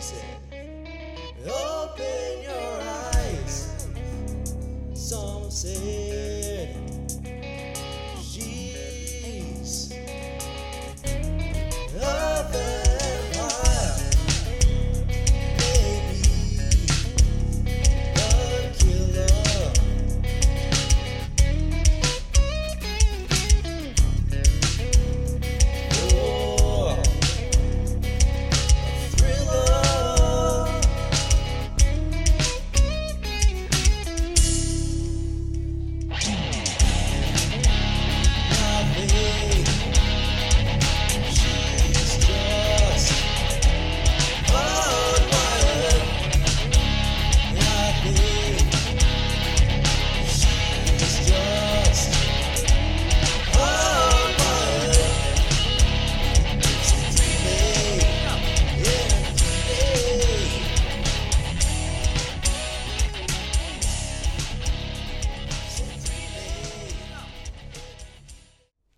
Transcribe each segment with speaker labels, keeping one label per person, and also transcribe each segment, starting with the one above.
Speaker 1: said, Open your eyes. Some said, Jeez. Open wide, baby. The killer. War. Thriller. Lovely. She's just on fire. Lovely. She's just on fire.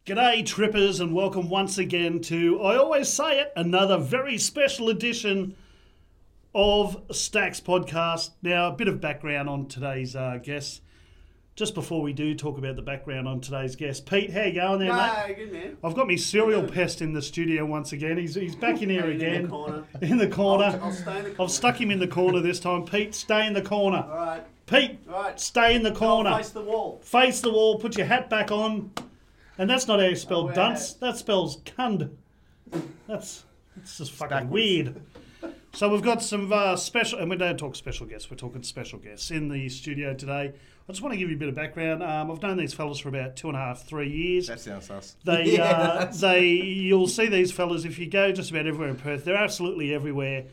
Speaker 2: G'day, trippers, and welcome once again to, I always say it, another very special edition of Stacks Podcast. Now, a bit of background on today's uh, guest. Just before we do talk about the background on today's guest, Pete, how you going there, mate?
Speaker 3: Hey, good man.
Speaker 2: I've got me serial pest in the studio once again. He's, he's back in here
Speaker 3: In the
Speaker 2: again.
Speaker 3: corner.
Speaker 2: In the corner.
Speaker 3: I'll- I'll stay in the
Speaker 2: I've
Speaker 3: corner.
Speaker 2: stuck him in the corner this time. Pete, stay in the corner.
Speaker 3: All right.
Speaker 2: Pete,
Speaker 3: Right.
Speaker 2: stay in the corner
Speaker 3: Face the wall.
Speaker 2: face the wall, put your hat back on. And that's not how you spell
Speaker 3: wear
Speaker 2: dunce,
Speaker 3: hats.
Speaker 2: that spells cund. That's, that's just fucking weird. So we've got some uh, special, and we don't talk special guests, we're talking special guests in the studio today. I just want to give you a bit of background. Um, I've known these fellas for about two and a half, three years.
Speaker 4: That sounds sus.
Speaker 2: They,
Speaker 4: Yeah,
Speaker 2: uh,
Speaker 4: that's-
Speaker 2: they, you'll see these fellas if you go just about everywhere in Perth. They're absolutely everywhere.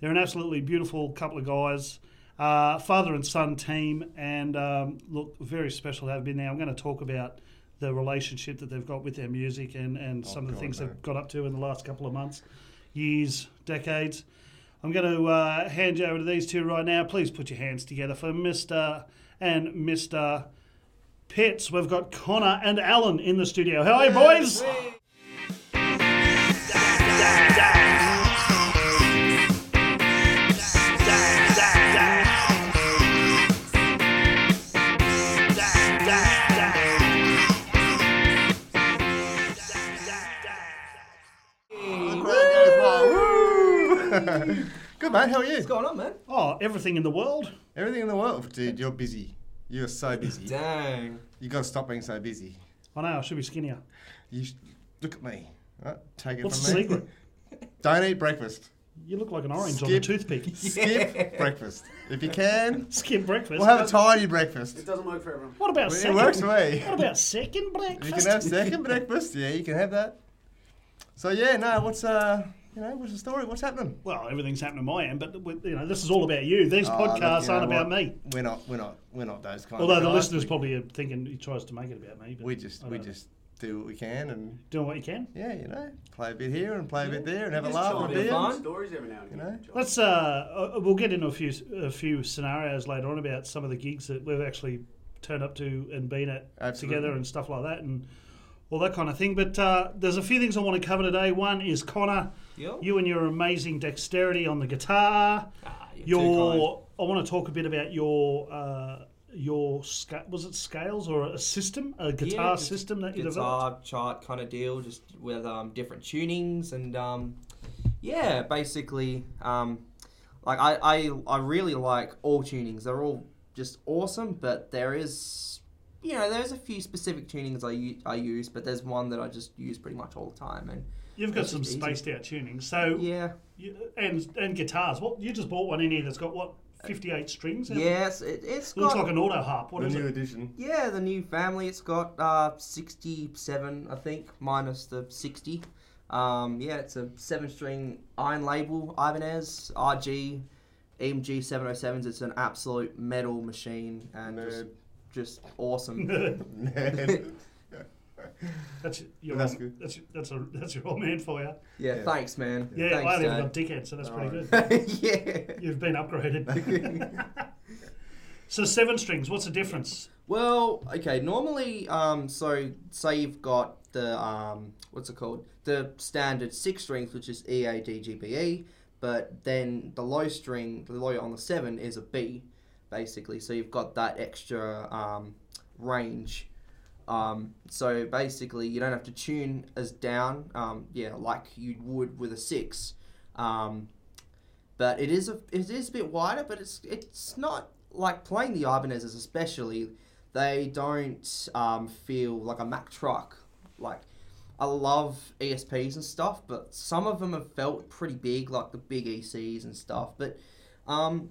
Speaker 2: They're an absolutely beautiful couple of guys, uh, father and son team, and um, look, very special to have been there. I'm going to talk about the relationship that they've got with their music and, and some of the
Speaker 4: Oh, God,
Speaker 2: things
Speaker 4: no.
Speaker 2: they've got up to in the last couple of months, years, decades. I'm going to uh, hand you over to these two right now. Please put your hands together for Mr. and Mr. Pitts. We've got Connor and Alan in the studio. How are you, boys?
Speaker 4: Good mate, how are you?
Speaker 5: What's going on, man?
Speaker 2: Oh, everything in the world.
Speaker 4: Everything in the world, dude. You're busy. You're so busy.
Speaker 5: Dang.
Speaker 4: You gotta stop being so busy.
Speaker 2: I know I should be skinnier.
Speaker 4: You sh- look at me. Right? Take it
Speaker 2: What's the
Speaker 4: from me.
Speaker 2: secret?
Speaker 4: Don't eat breakfast.
Speaker 2: You look like an orange on a
Speaker 4: Skip.
Speaker 2: toothpick.
Speaker 4: Skip breakfast if you can.
Speaker 2: Skip breakfast.
Speaker 4: We'll have a tidy
Speaker 3: It
Speaker 4: breakfast.
Speaker 3: doesn't work for everyone.
Speaker 2: what about
Speaker 4: It
Speaker 2: second?
Speaker 4: works for me.
Speaker 2: What about second
Speaker 4: You
Speaker 2: breakfast?
Speaker 4: can have second breakfast. Yeah, you can have that. So yeah, no. What's uh, you know, what's the story? What's happening?
Speaker 2: well, everything's happening on my end, but with- you know this is all about you. These
Speaker 4: Oh, look,
Speaker 2: podcasts
Speaker 4: you know
Speaker 2: aren't about
Speaker 4: what?
Speaker 2: me.
Speaker 4: We're not. We're not. We're not those kind.
Speaker 2: Although
Speaker 4: of
Speaker 2: the
Speaker 4: guys.
Speaker 2: listeners
Speaker 4: we,
Speaker 2: probably are thinking he tries to make it about me. But
Speaker 4: we just
Speaker 2: I
Speaker 4: we
Speaker 2: don't know.
Speaker 4: just do what we can and
Speaker 2: doing what you can.
Speaker 4: yeah, you know, play a bit here and play a bit there and have a
Speaker 3: Just
Speaker 4: laugh
Speaker 3: chime
Speaker 4: and a
Speaker 3: in with
Speaker 4: beer.
Speaker 5: fun.
Speaker 3: some stories every now and again.
Speaker 4: You
Speaker 2: Let's. Uh, uh, we'll get into a few a few scenarios later on about some of the gigs that we've actually turned up to and been at
Speaker 4: Absolutely.
Speaker 2: together and stuff like that and all that kind of thing. But uh, there's a few things I want to cover today. One is Connor,
Speaker 5: Yo.
Speaker 2: you and your amazing dexterity on the guitar.
Speaker 5: Ah, you're too
Speaker 2: your I want to talk a bit about your. Uh, your sca- was it scales or a system, a guitar
Speaker 5: Yeah, just
Speaker 2: system that you developed?
Speaker 5: guitar chart kind of deal, just with um, different tunings and um, yeah, basically, um, like I, I I really like all tunings. They're all just awesome, but there is you know there's a few specific tunings I u- I use, but there's one that I just use pretty much all the time. And
Speaker 2: You've got
Speaker 5: That's
Speaker 2: some
Speaker 5: just easy.
Speaker 2: spaced out tuning, so
Speaker 5: yeah,
Speaker 2: You- and and guitars. What you just bought one in here that's got what fifty eight strings. in it?
Speaker 5: yes, it, it's
Speaker 2: It looks
Speaker 5: got-
Speaker 2: like an auto harp. What
Speaker 4: The
Speaker 2: is
Speaker 4: new
Speaker 2: it?
Speaker 4: edition.
Speaker 5: Yeah, the new family. It's got uh, 67, I think, minus the 60. Um, yeah, it's a seven string iron label, Ibanez, E RG, EMG 707s. It's an absolute metal machine and just,
Speaker 4: Nerd.
Speaker 5: just awesome.
Speaker 2: that's your
Speaker 4: That's
Speaker 2: old-
Speaker 4: good.
Speaker 2: That's that's a that's your old man for you.
Speaker 5: yeah,
Speaker 4: Yeah.
Speaker 5: thanks, man.
Speaker 2: Yeah, I haven't even got
Speaker 5: thanks,
Speaker 2: dickhead, so that's pretty good.
Speaker 5: Dad. yeah.
Speaker 2: You've been upgraded. so seven strings. What's the difference?
Speaker 5: Well, okay. Normally, um, so say you've got the um, what's it called? The standard six strings, which is E A D G B E, but then the low string, the low on the seven is a B, basically. So you've got that extra um, range. Um, so basically, you don't have to tune as down, um, yeah, like you would with a six. Um, but it is a it is a bit wider, but it's it's not like playing the Ibanezes especially. They don't um, feel like a Mack truck. Like I love ESPs and stuff, but some of them have felt pretty big, like the big ECs and stuff. But um,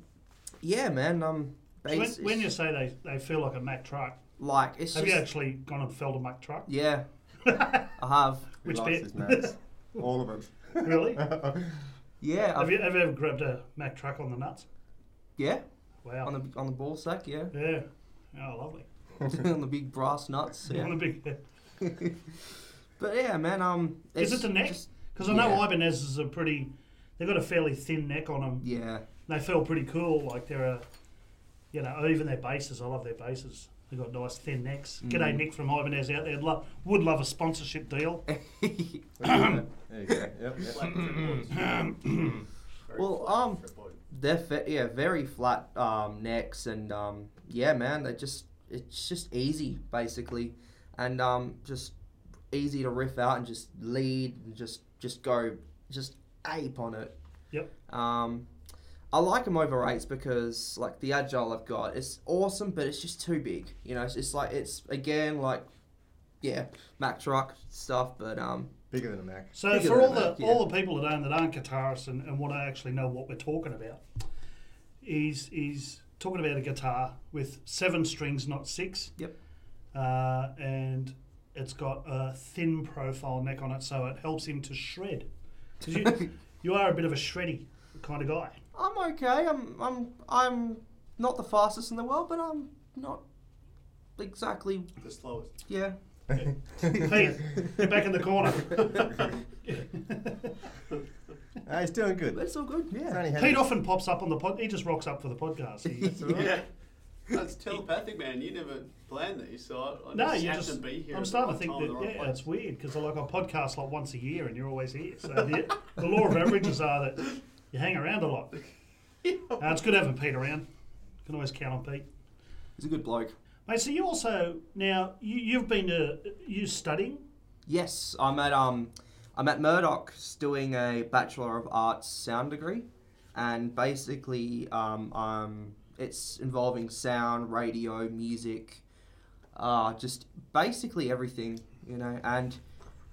Speaker 5: yeah, man, um,
Speaker 2: So when,
Speaker 5: bas-
Speaker 2: when you say they, they feel like a Mack truck,
Speaker 5: like it's
Speaker 2: have
Speaker 5: just
Speaker 2: you actually gone and felled a Mack truck?
Speaker 5: yeah, I have
Speaker 2: Which
Speaker 4: He likes
Speaker 2: bit?
Speaker 4: his nuts. All of
Speaker 2: really?
Speaker 4: them.
Speaker 5: yeah I've,
Speaker 2: Have you, have you ever grabbed a Mack truck on the nuts?
Speaker 5: yeah
Speaker 2: Wow.
Speaker 5: on the on the ball sack yeah
Speaker 2: yeah. Oh, lovely.
Speaker 5: on the big brass nuts yeah.
Speaker 2: On the big,
Speaker 5: But yeah, man. Um,
Speaker 2: is it
Speaker 5: it's
Speaker 2: the neck?
Speaker 5: just-
Speaker 2: Because I know
Speaker 5: yeah.
Speaker 2: Ibanez's are pretty. They've got a fairly thin neck on them.
Speaker 5: yeah,
Speaker 2: They feel pretty cool. Like they're a, you know, even their bases. I love their bases. They've got nice thin necks.
Speaker 5: Mm.
Speaker 2: G'day, Nick from Ibanez out there. Lo- would love a sponsorship deal.
Speaker 4: there you go. Yep, yep.
Speaker 3: Black tripod. Very
Speaker 5: Well,
Speaker 3: flat
Speaker 5: um,
Speaker 3: tripod.
Speaker 5: they're fa- yeah very flat um, necks and um, yeah, man. They just it's just easy basically, and um, just easy to riff out and just lead and just just go just ape on it.
Speaker 2: Yep.
Speaker 5: Um, I like them over eights because like the agile I've got, it's awesome, but it's just too big. You know, it's, it's like it's again like yeah, Mack truck stuff, but um,
Speaker 4: Bigger than a Mac.
Speaker 2: So
Speaker 5: Bigger
Speaker 2: for
Speaker 5: than
Speaker 2: all the
Speaker 5: that, yeah.
Speaker 2: all the people that own that aren't guitarists and, and want to actually know what we're talking about, he's he's talking about a guitar with seven strings, not six.
Speaker 5: Yep.
Speaker 2: Uh, and it's got a thin profile neck on it, so it helps him to shred. 'Cause you, you are a bit of a shreddy kind of guy.
Speaker 5: I'm okay. I'm I'm I'm not the fastest in the world, but I'm not exactly
Speaker 3: the slowest.
Speaker 5: yeah.
Speaker 2: Pete, you're back in the corner.
Speaker 4: Ah, he's doing good.
Speaker 5: But it's all good.
Speaker 4: He's
Speaker 5: Yeah.
Speaker 4: only had-
Speaker 2: Pete often pops up on the pod. He just rocks up for the podcast. He-
Speaker 4: That's all right.
Speaker 3: Yeah. That's telepathic, man. You never planned these, so I, I
Speaker 2: No,
Speaker 3: just
Speaker 2: you
Speaker 3: have
Speaker 2: just.
Speaker 3: to be here.
Speaker 2: I'm
Speaker 3: at the
Speaker 2: starting to
Speaker 3: right
Speaker 2: think
Speaker 3: time,
Speaker 2: that
Speaker 3: the right
Speaker 2: yeah,
Speaker 3: place.
Speaker 2: it's weird because like I podcast like once a year and you're always here. So the, the law of averages are that you hang around a lot. Uh, it's good having Pete around. Can always count on Pete.
Speaker 5: He's a good bloke.
Speaker 2: Mate, so you also now you, you've been to you studying.
Speaker 5: Yes, I'm at um I'm at Murdoch doing a Bachelor of Arts sound degree, and basically um um it's involving sound, radio, music, uh just basically everything you know and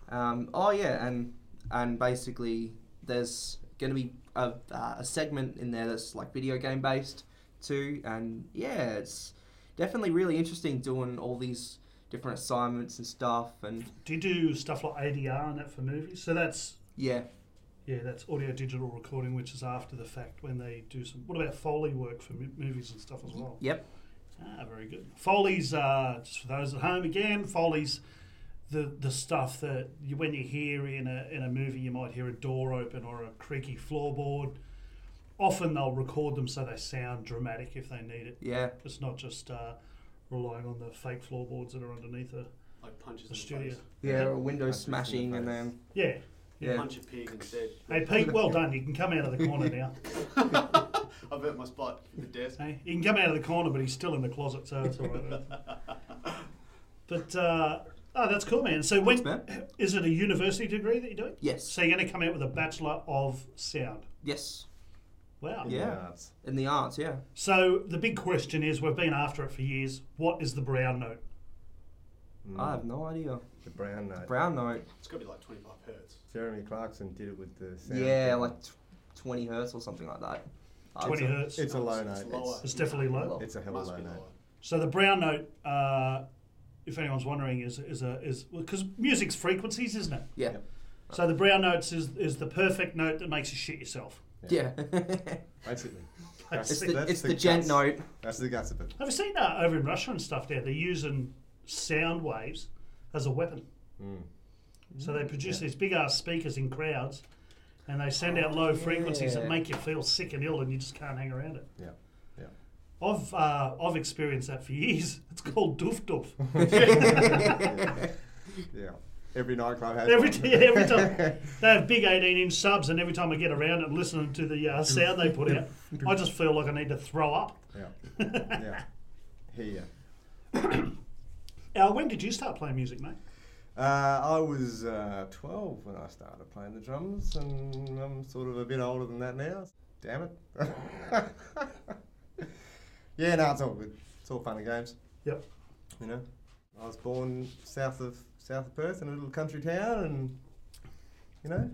Speaker 5: um oh yeah and and basically there's gonna be a, uh, a segment in there that's like video game based too and yeah it's definitely really interesting doing all these different assignments and stuff and
Speaker 2: Do you do stuff like ADR and that for movies? So that's
Speaker 5: yeah
Speaker 2: yeah, that's audio digital recording, which is after the fact when they do some. What about Foley work for mo- movies and stuff as
Speaker 3: Mm-hmm.
Speaker 2: well?
Speaker 5: Yep.
Speaker 2: Ah, very good. Foley's uh, just for those at home again. Foley's the the stuff that you, when you hear in a in a movie, you might hear a door open or a creaky floorboard. Often they'll record them so they sound dramatic if they need it.
Speaker 5: Yeah.
Speaker 2: It's not just uh, relying on the fake floorboards that are underneath a,
Speaker 3: like
Speaker 2: a
Speaker 3: punches in the
Speaker 2: studio.
Speaker 3: face.
Speaker 5: Yeah, or window
Speaker 4: Punches in the
Speaker 5: smashing and
Speaker 4: face.
Speaker 5: then
Speaker 2: Yeah.
Speaker 5: yeah.
Speaker 3: Punch a pig instead.
Speaker 2: Hey Pete, well done. You can come out of the corner now.
Speaker 3: I've hurt my spot for the desk.
Speaker 2: Hey, he can come out of the corner, but he's still in the closet, so it's all right. but uh, oh, that's cool, man. So when is
Speaker 5: Thanks, man.
Speaker 2: it a university degree that you're doing?
Speaker 5: Yes.
Speaker 2: So you're going to come out with a bachelor of sound.
Speaker 5: Yes.
Speaker 2: Wow.
Speaker 4: In the
Speaker 5: Yeah.
Speaker 4: arts.
Speaker 5: In the arts, yeah.
Speaker 2: So the big question is, we've been after it for years. What is the brown note?
Speaker 5: I have no idea.
Speaker 4: The brown note.
Speaker 5: Brown note.
Speaker 3: It's got to be like 25 hertz.
Speaker 4: Jeremy Clarkson did it with the sound.
Speaker 5: yeah,
Speaker 4: people.
Speaker 5: like t- twenty hertz or something like that. I would
Speaker 2: Twenty
Speaker 5: say.
Speaker 2: hertz.
Speaker 4: It's a low
Speaker 3: It's
Speaker 4: note.
Speaker 3: lower.
Speaker 2: It's definitely low.
Speaker 5: Low.
Speaker 4: It's a hell of a
Speaker 3: Must
Speaker 4: low
Speaker 3: be
Speaker 4: note.
Speaker 3: lower.
Speaker 2: So the brown note, uh, if anyone's wondering, is is a is because music's frequencies, isn't it?
Speaker 5: Yeah.
Speaker 4: Yep.
Speaker 2: So the brown notes is is the perfect note that makes you shit yourself.
Speaker 5: Yeah.
Speaker 4: Basically.
Speaker 5: it's
Speaker 2: That's
Speaker 5: the
Speaker 4: That's
Speaker 5: it's
Speaker 4: the
Speaker 5: the
Speaker 4: guts.
Speaker 5: gent note.
Speaker 4: That's the guts of it.
Speaker 2: Have you seen that over in Russia and stuff? There, they're using sound waves as a weapon. So they produce these big ass speakers in crowds, and they send out low frequencies that
Speaker 5: yeah.
Speaker 2: make you feel sick and ill, and you just can't hang around it.
Speaker 4: Yeah. Yeah.
Speaker 2: I've uh, I've experienced that for years. It's called doof doof.
Speaker 4: Yeah. Every nightclub has
Speaker 2: Every,
Speaker 4: one.
Speaker 2: yeah, every time they have big 18 inch subs, and every time I get around it listening to the uh, sound they put out, I just feel like I need to throw up.
Speaker 4: yeah, yeah. Here.
Speaker 2: Al, when did you start playing music, mate?
Speaker 4: Uh, I was uh, 12 when I started playing the drums, and I'm sort of a bit older than that now. Damn it. yeah, no, it's all good. It's all fun and games,
Speaker 2: Yep.
Speaker 4: you know. I was born south of south of Perth in a little country town, and you know,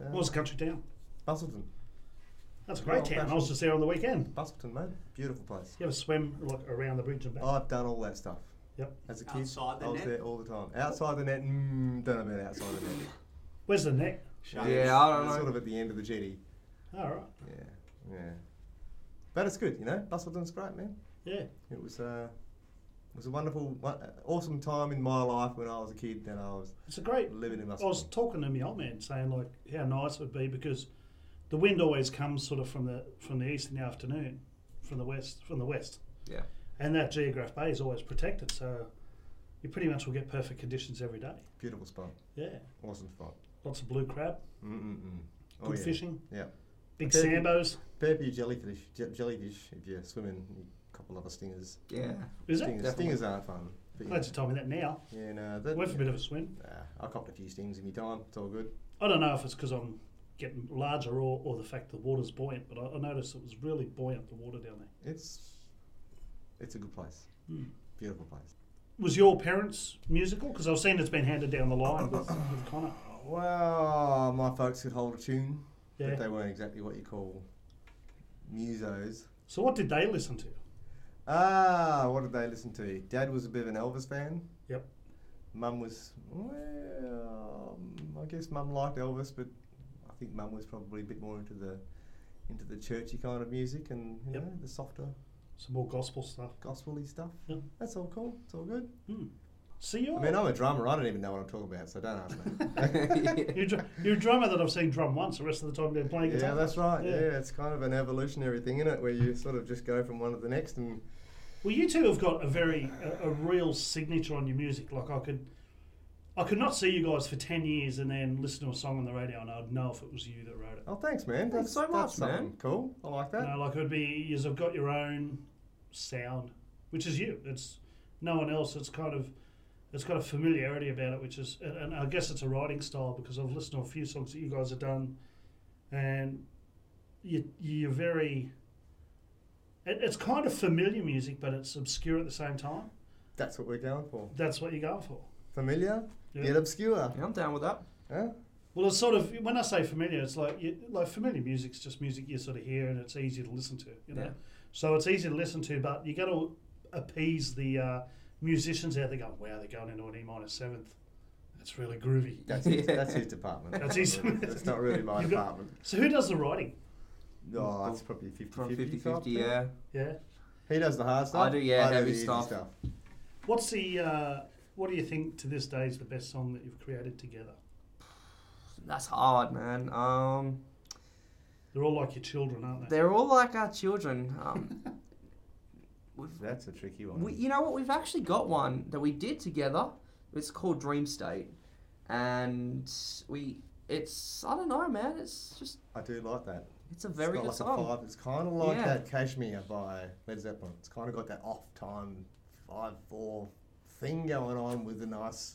Speaker 4: uh,
Speaker 2: What was the country town?
Speaker 4: Bustleton,
Speaker 2: That's a great town. I was just there on the weekend.
Speaker 4: Bustleton, mate, beautiful place.
Speaker 2: You ever swim like around the bridge and back?
Speaker 4: I've done all that stuff.
Speaker 2: Yep.
Speaker 4: As a kid,
Speaker 3: Outside the
Speaker 4: I was
Speaker 3: net?
Speaker 4: there all the time. Outside the net, mm, don't know about outside the net.
Speaker 2: Where's the net?
Speaker 3: Sharks.
Speaker 5: Yeah, I don't
Speaker 4: It's sort
Speaker 5: know.
Speaker 4: of at the end of the jetty.
Speaker 2: All right.
Speaker 4: Yeah, yeah. But it's good, you know. Bustleton's great, man.
Speaker 2: Yeah.
Speaker 4: It was uh, it was a wonderful, wo- uh, awesome time in my life when I was a kid. Then I was
Speaker 2: It's a great.
Speaker 4: living in
Speaker 2: I was
Speaker 4: Bustleton.
Speaker 2: talking to my old man saying like how nice it would be because the wind always comes sort of from the from the east in the afternoon, from the west from the west,
Speaker 5: Yeah.
Speaker 2: and that geograph bay is always protected, so you pretty much will get perfect conditions every day.
Speaker 4: Beautiful spot,
Speaker 2: Yeah,
Speaker 4: awesome spot.
Speaker 2: lots of blue crab,
Speaker 4: Mm-mm-mm.
Speaker 2: good fishing,
Speaker 4: Oh, Yeah.
Speaker 2: big
Speaker 4: Okay.
Speaker 2: sambos.
Speaker 4: Burpee jellyfish, je- jellyfish. If you're swimming, a couple other stingers.
Speaker 5: Yeah.
Speaker 2: Is it?
Speaker 4: Stingers,
Speaker 5: Definitely.
Speaker 4: stingers aren't fun. But
Speaker 2: Glad you told me that now.
Speaker 4: yeah, yeah, no, that,
Speaker 2: Went for a bit of a swim.
Speaker 4: Nah, I copped a few stings in my time. It's all good.
Speaker 2: I don't know if it's because I'm getting larger or, or the fact the water's buoyant, but I, I noticed it was really buoyant the water down there.
Speaker 4: It's it's a good place.
Speaker 2: Hmm.
Speaker 4: Beautiful place.
Speaker 2: Was your parents musical? Because I've seen it's been handed down the line with, with Connor.
Speaker 4: Well, my folks could hold a tune,
Speaker 2: Yeah.
Speaker 4: but they weren't exactly what you call musos.
Speaker 2: So what did they listen to?
Speaker 4: Ah, what did they listen to? Dad was a bit of an Elvis fan.
Speaker 2: Yep.
Speaker 4: Mum was, well, I guess Mum liked Elvis, but I think Mum was probably a bit more into the into the churchy kind of music and you
Speaker 2: Yep.
Speaker 4: know the softer
Speaker 2: Some more gospel stuff.
Speaker 4: gospely stuff.
Speaker 2: Yep.
Speaker 4: That's all cool. It's all good.
Speaker 2: Hmm. So you're,
Speaker 4: I mean, I'm a drummer. I don't even know what I'm talking about, so don't ask me.
Speaker 2: you're, a dr- you're a drummer that I've seen drum once. The rest of the time they're playing guitar.
Speaker 4: Yeah, that's right.
Speaker 2: Yeah.
Speaker 4: Yeah. it's kind of an evolutionary thing, is it? Where you sort of just go from one to the next, and
Speaker 2: Well, you two have got a very a, a real signature on your music. Like I could, I could not see you guys for ten years and then listen to a song on the radio and I'd know if it was you that wrote it.
Speaker 4: oh, thanks, man.
Speaker 5: Thanks
Speaker 4: That's
Speaker 5: so
Speaker 4: that's
Speaker 5: much, man.
Speaker 4: something Cool. I like
Speaker 2: You
Speaker 4: that.
Speaker 2: know, like it would be you have got your own sound, which is you. It's no one else. It's kind of it's got a familiarity about it, which is, and, and I guess it's a writing style because I've listened to a few songs that you guys have done, and you you're very. It, it's kind of familiar music, but it's obscure at the same time.
Speaker 4: That's what we're going for.
Speaker 2: That's what you're going for.
Speaker 4: Familiar
Speaker 2: Yeah.
Speaker 4: yet obscure.
Speaker 5: Yeah, I'm down with that.
Speaker 4: Huh?
Speaker 2: Well, it's sort of when I say familiar, it's like you, like familiar music's just music you sort of hear and it's easy to listen to, you know.
Speaker 5: Yeah.
Speaker 2: So it's easy to listen to, but you got to appease the uh, musicians out there. Going, wow, they're going into an E minor seventh. That's really groovy.
Speaker 4: That's his, that's his department.
Speaker 2: That's his-
Speaker 4: Not really- That's not really my
Speaker 2: You've got-
Speaker 4: department.
Speaker 2: So who does the writing?
Speaker 4: No, that's probably 50
Speaker 5: Probably
Speaker 4: 50.
Speaker 5: 50 yeah.
Speaker 2: Yeah.
Speaker 4: He does the hard stuff.
Speaker 5: do, yeah,
Speaker 4: the
Speaker 5: heavy
Speaker 4: easy
Speaker 5: stuff.
Speaker 2: What's the uh, what do you think to this day is the best song that you've created together?
Speaker 5: That's hard, man. Um,
Speaker 2: They're all like your children, aren't they?
Speaker 5: they're all like our children. Um, we've,
Speaker 4: That's a tricky one.
Speaker 5: we, you know what? We've actually got one that we did together. It's called Dream State, and we. It's I don't know, man. It's just
Speaker 4: I do like that.
Speaker 5: it's a
Speaker 4: it's
Speaker 5: very good
Speaker 4: got like
Speaker 5: song.
Speaker 4: A five. It's kind of like
Speaker 5: Yeah.
Speaker 4: that Cashmere by Led Zeppelin. It's kind of got that off time five four thing going on with the nice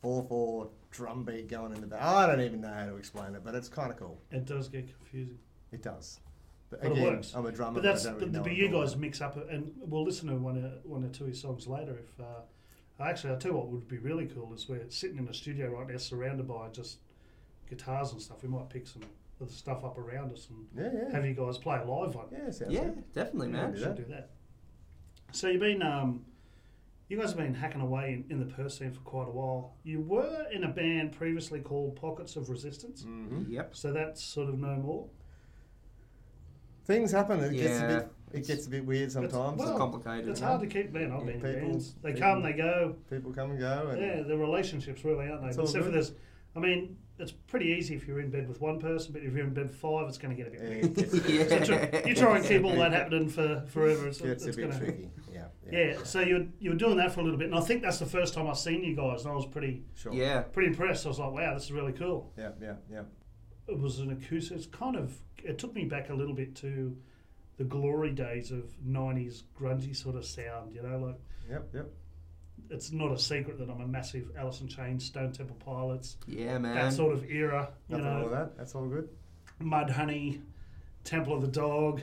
Speaker 4: four four drum beat going in the back. I don't even know how to explain it, but it's kind of cool.
Speaker 2: It does get confusing,
Speaker 4: It does. But
Speaker 2: But it
Speaker 4: again,
Speaker 2: works.
Speaker 4: I'm a drummer.
Speaker 2: but that's
Speaker 4: I don't really
Speaker 2: but,
Speaker 4: know
Speaker 2: but
Speaker 4: it
Speaker 2: you
Speaker 4: all.
Speaker 2: guys mix up, and we'll listen to one of one or two of his songs later. If uh, actually, I'll tell you what would be really cool is we're sitting in a studio right now, surrounded by just guitars and stuff. We might pick some of the stuff up around us and
Speaker 4: Yeah, yeah.
Speaker 2: have you guys play a live one.
Speaker 4: Yeah, sounds
Speaker 5: Yeah,
Speaker 4: good.
Speaker 5: definitely,
Speaker 4: Yeah,
Speaker 5: man.
Speaker 4: do
Speaker 2: should do that. So you've been, um, you guys have been hacking away in, in the Perth scene for quite a while. You were in a band previously called Pockets of Resistance,
Speaker 4: Mm-hmm.
Speaker 5: Yep.
Speaker 2: so that's sort of no more.
Speaker 4: Things happen. It gets a
Speaker 5: Yeah.
Speaker 4: bit. It gets a bit weird
Speaker 2: It's-
Speaker 4: sometimes.
Speaker 2: well,
Speaker 4: and
Speaker 5: complicated,
Speaker 2: It's
Speaker 5: yeah.
Speaker 2: hard to keep man. I've
Speaker 4: Yeah,
Speaker 2: been in
Speaker 4: people-
Speaker 2: bands. They
Speaker 4: people-
Speaker 2: come, they go.
Speaker 4: people come and go. And
Speaker 2: Yeah, the relationships really aren't they?
Speaker 4: It's all
Speaker 2: Except for
Speaker 4: good.
Speaker 2: this, I mean, it's pretty easy if you're in bed with one person, but if you're in bed with five, it's going to get a bit
Speaker 4: Yeah,
Speaker 2: weird.
Speaker 4: it gets,
Speaker 2: So tr- you try and keep all that happening for forever. It's,
Speaker 4: gets
Speaker 2: it's
Speaker 4: a bit
Speaker 2: gonna,
Speaker 4: tricky. Yeah.
Speaker 2: Yeah, so you were, you were doing that for a little bit, and I think that's the first time I've seen you guys, and I was pretty
Speaker 4: Sure.
Speaker 5: Yeah.
Speaker 2: pretty impressed. I was like, wow, this is really cool.
Speaker 4: Yeah, yeah, yeah.
Speaker 2: It was an acoustic. It's kind of it took me back a little bit to the glory days of '90s grungy sort of sound. You know, like
Speaker 4: Yep, yep.
Speaker 2: it's not a secret that I'm a massive Alice in Chains, Stone Temple Pilots,
Speaker 5: Yeah, man.
Speaker 2: that sort of era. You
Speaker 4: Nothing wrong with
Speaker 2: know,
Speaker 4: that. That's all good.
Speaker 2: Mud Honey, Temple of the Dog,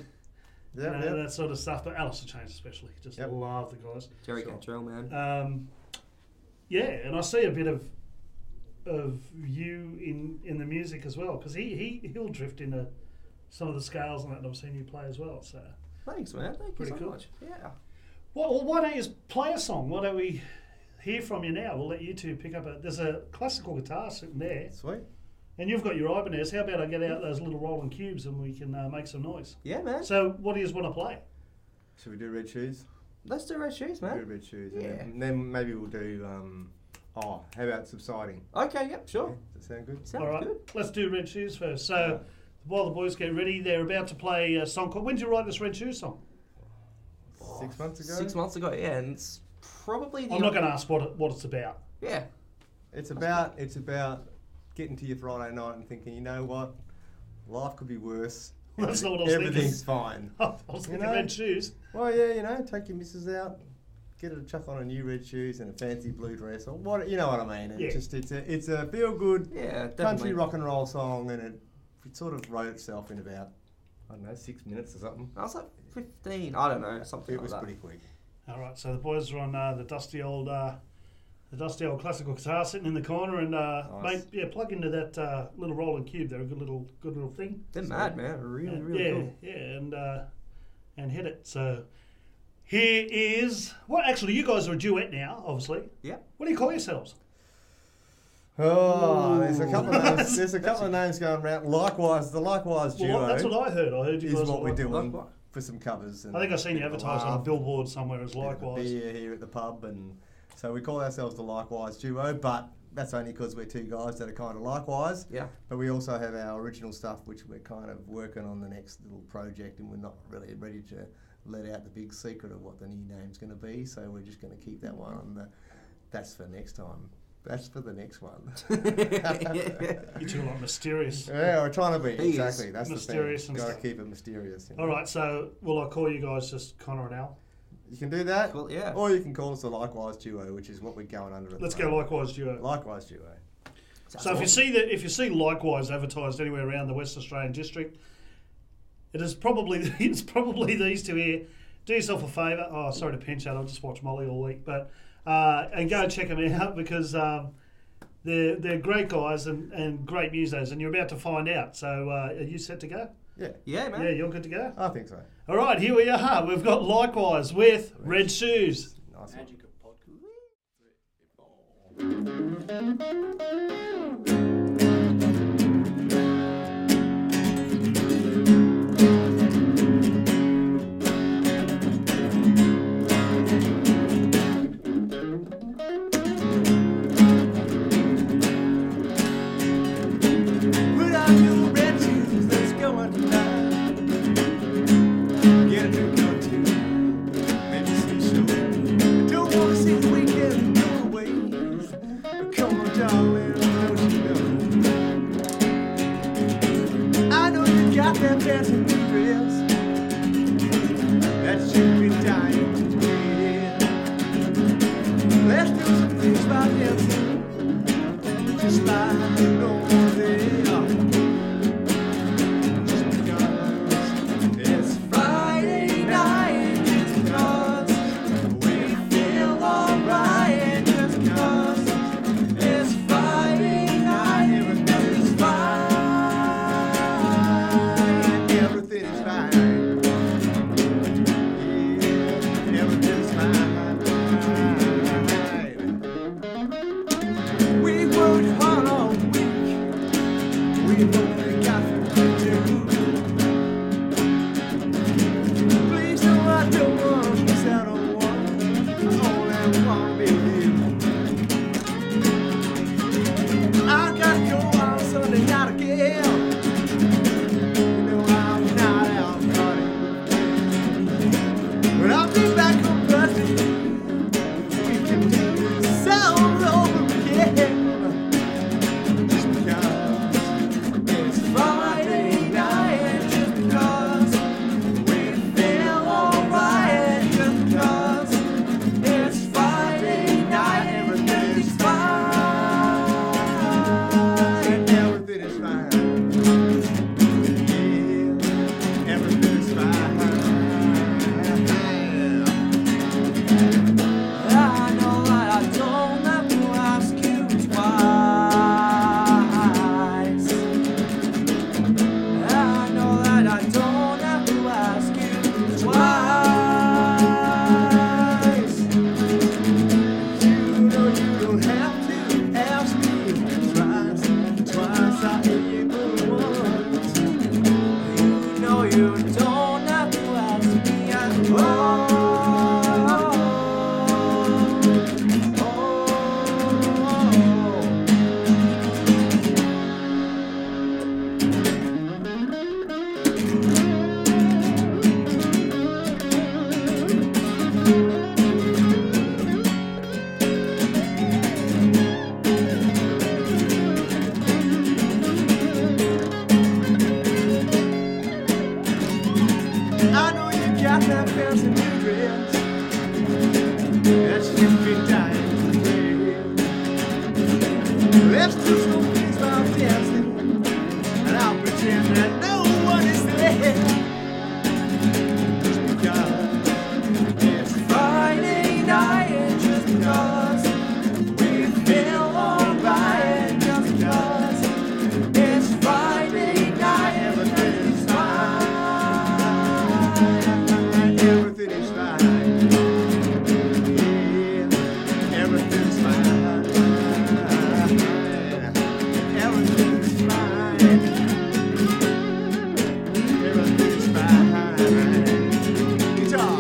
Speaker 2: you
Speaker 4: Yeah,
Speaker 2: know,
Speaker 4: yeah.
Speaker 2: that sort of stuff. But Alice in Chains, especially, just
Speaker 4: Yep.
Speaker 2: love the guys.
Speaker 5: Jerry
Speaker 4: Sure.
Speaker 5: Cantrell, man.
Speaker 2: Um, yeah, and I see a bit of of you in in the music as well because he he he'll drift into some of the scales and that and I've seen you play as well. So,
Speaker 5: Thanks, man. Thank
Speaker 2: Pretty
Speaker 5: you so
Speaker 2: cool.
Speaker 5: much. Yeah.
Speaker 2: well, well, why don't you play a song? Why don't we hear from you now? We'll let you two pick up a. There's a classical guitar sitting there,
Speaker 4: Sweet.
Speaker 2: and you've got your Ibanez. How about I get out those little rolling cubes and we can uh, make some noise?
Speaker 5: Yeah, man.
Speaker 2: So, what do you want to play?
Speaker 4: Should we do red shoes?
Speaker 5: Let's do red shoes,
Speaker 4: Do
Speaker 5: man.
Speaker 4: red shoes.
Speaker 5: Yeah.
Speaker 4: And then, and then maybe we'll do. Um, oh, how about subsiding?
Speaker 5: Okay, yep,
Speaker 4: Yeah,
Speaker 5: sure.
Speaker 4: Does that sound good?
Speaker 5: Sounds
Speaker 2: All right,
Speaker 5: good.
Speaker 2: let's do Red Shoes first. So, while the boys get ready, they're about to play a song called. When did you write this Red Shoes song?
Speaker 4: Six months ago.
Speaker 5: Six months ago, yeah, and it's probably the
Speaker 2: I'm not going to ask what it, what it's about.
Speaker 5: Yeah.
Speaker 4: It's about it's about getting to your Friday night and thinking, you know what, life could be worse.
Speaker 2: That's not what I was thinking.
Speaker 4: Everything's fine.
Speaker 2: I was
Speaker 4: You
Speaker 2: thinking
Speaker 4: know?
Speaker 2: Red Shoes.
Speaker 4: Well, yeah, you know, take your missus out, get her to chuck on a new red shoes and a fancy blue dress, or what you know what I mean. It's
Speaker 2: Yeah.
Speaker 4: just it's a it's a feel good
Speaker 5: Yeah, definitely.
Speaker 4: country rock and roll song, and it, it sort of wrote itself in about I don't know six minutes or something.
Speaker 5: I was like 15, Oh, I don't know, something
Speaker 4: It
Speaker 5: like
Speaker 4: was
Speaker 5: that.
Speaker 4: pretty quick.
Speaker 2: All right, so the boys are on uh, the dusty old uh, the dusty old classical guitar sitting in the corner, and uh,
Speaker 4: Nice.
Speaker 2: mate, yeah, plug into that uh, little rolling cube. They're a good little good little thing.
Speaker 5: They're mad, man. Really, really
Speaker 2: yeah,
Speaker 5: cool.
Speaker 2: yeah, and uh, and hit it. So here is well, actually, you guys are a duet now, obviously.
Speaker 5: Yeah.
Speaker 2: What do you call yourselves?
Speaker 4: Oh, there's a couple of
Speaker 2: Ooh.
Speaker 4: names. There's a couple of names going around. Likewise, the likewise duo
Speaker 2: Well, that's what I heard. I heard you
Speaker 4: is
Speaker 2: guys.
Speaker 4: what
Speaker 2: were
Speaker 4: we're
Speaker 2: like-
Speaker 4: doing
Speaker 5: Likewise.
Speaker 4: for some covers. And
Speaker 2: I think I've seen you
Speaker 4: bit of a
Speaker 2: advertised on a
Speaker 4: laugh.
Speaker 2: billboard somewhere as
Speaker 4: bit of a
Speaker 2: likewise.
Speaker 4: beer here at the pub, and so we call ourselves the Likewise Duo, but that's only because we're two guys that are kind of likewise.
Speaker 5: Yeah.
Speaker 4: But we also have our original stuff, which we're kind of working on the next little project, and we're not really ready to let out the big secret of what the new name's going to be. So we're just going to keep that one on the. That's for next time. That's for the next one.
Speaker 2: You two are like mysterious.
Speaker 4: yeah, we're trying to be
Speaker 5: He is
Speaker 4: exactly. That's
Speaker 2: mysterious
Speaker 4: the
Speaker 2: and
Speaker 4: thing. Got to
Speaker 2: stuff.
Speaker 4: keep it mysterious. you know.
Speaker 2: All right, so will I call you guys just Connor and Al?
Speaker 4: You can do that,
Speaker 5: Cool, yeah.
Speaker 4: or you can call us the Likewise Duo, which is what we're going under. at the
Speaker 2: Let's go
Speaker 4: moment.
Speaker 2: likewise duo.
Speaker 4: Likewise Duo.
Speaker 5: Sounds
Speaker 2: So if you
Speaker 5: awesome.
Speaker 2: see that, if you see likewise advertised anywhere around the West Australian district, it is probably it's probably these two here. Do yourself a favour. Oh, sorry to pinch out. I'll just watch Molly all week, but uh, and go and check them out because um, they're they're great guys and, and great musos, and you're about to find out. So uh, are you set to go?
Speaker 4: Yeah,
Speaker 5: Yeah,
Speaker 2: Yeah,
Speaker 5: man.
Speaker 2: you're good to go.
Speaker 4: I think so.
Speaker 2: All right, here we are. We've got likewise with red shoes.
Speaker 4: Nice. one.
Speaker 3: Magic of podcast.
Speaker 4: Put on your red shoes, let's go on tonight. Get a drink or two, maybe some sugar. Don't wanna see the weekend go away. Come on, darling, don't you know? that fancy new dress.
Speaker 3: That's every time.
Speaker 4: Let's do some freestyle dancing, and I'll pretend that no one is there. Just because it's Friday night, and just because we feel alright, just because it's Friday night, everything is fine. Everything is fine. Yeah, everything's fine. Everything's fine. Everything's fine. Guitar.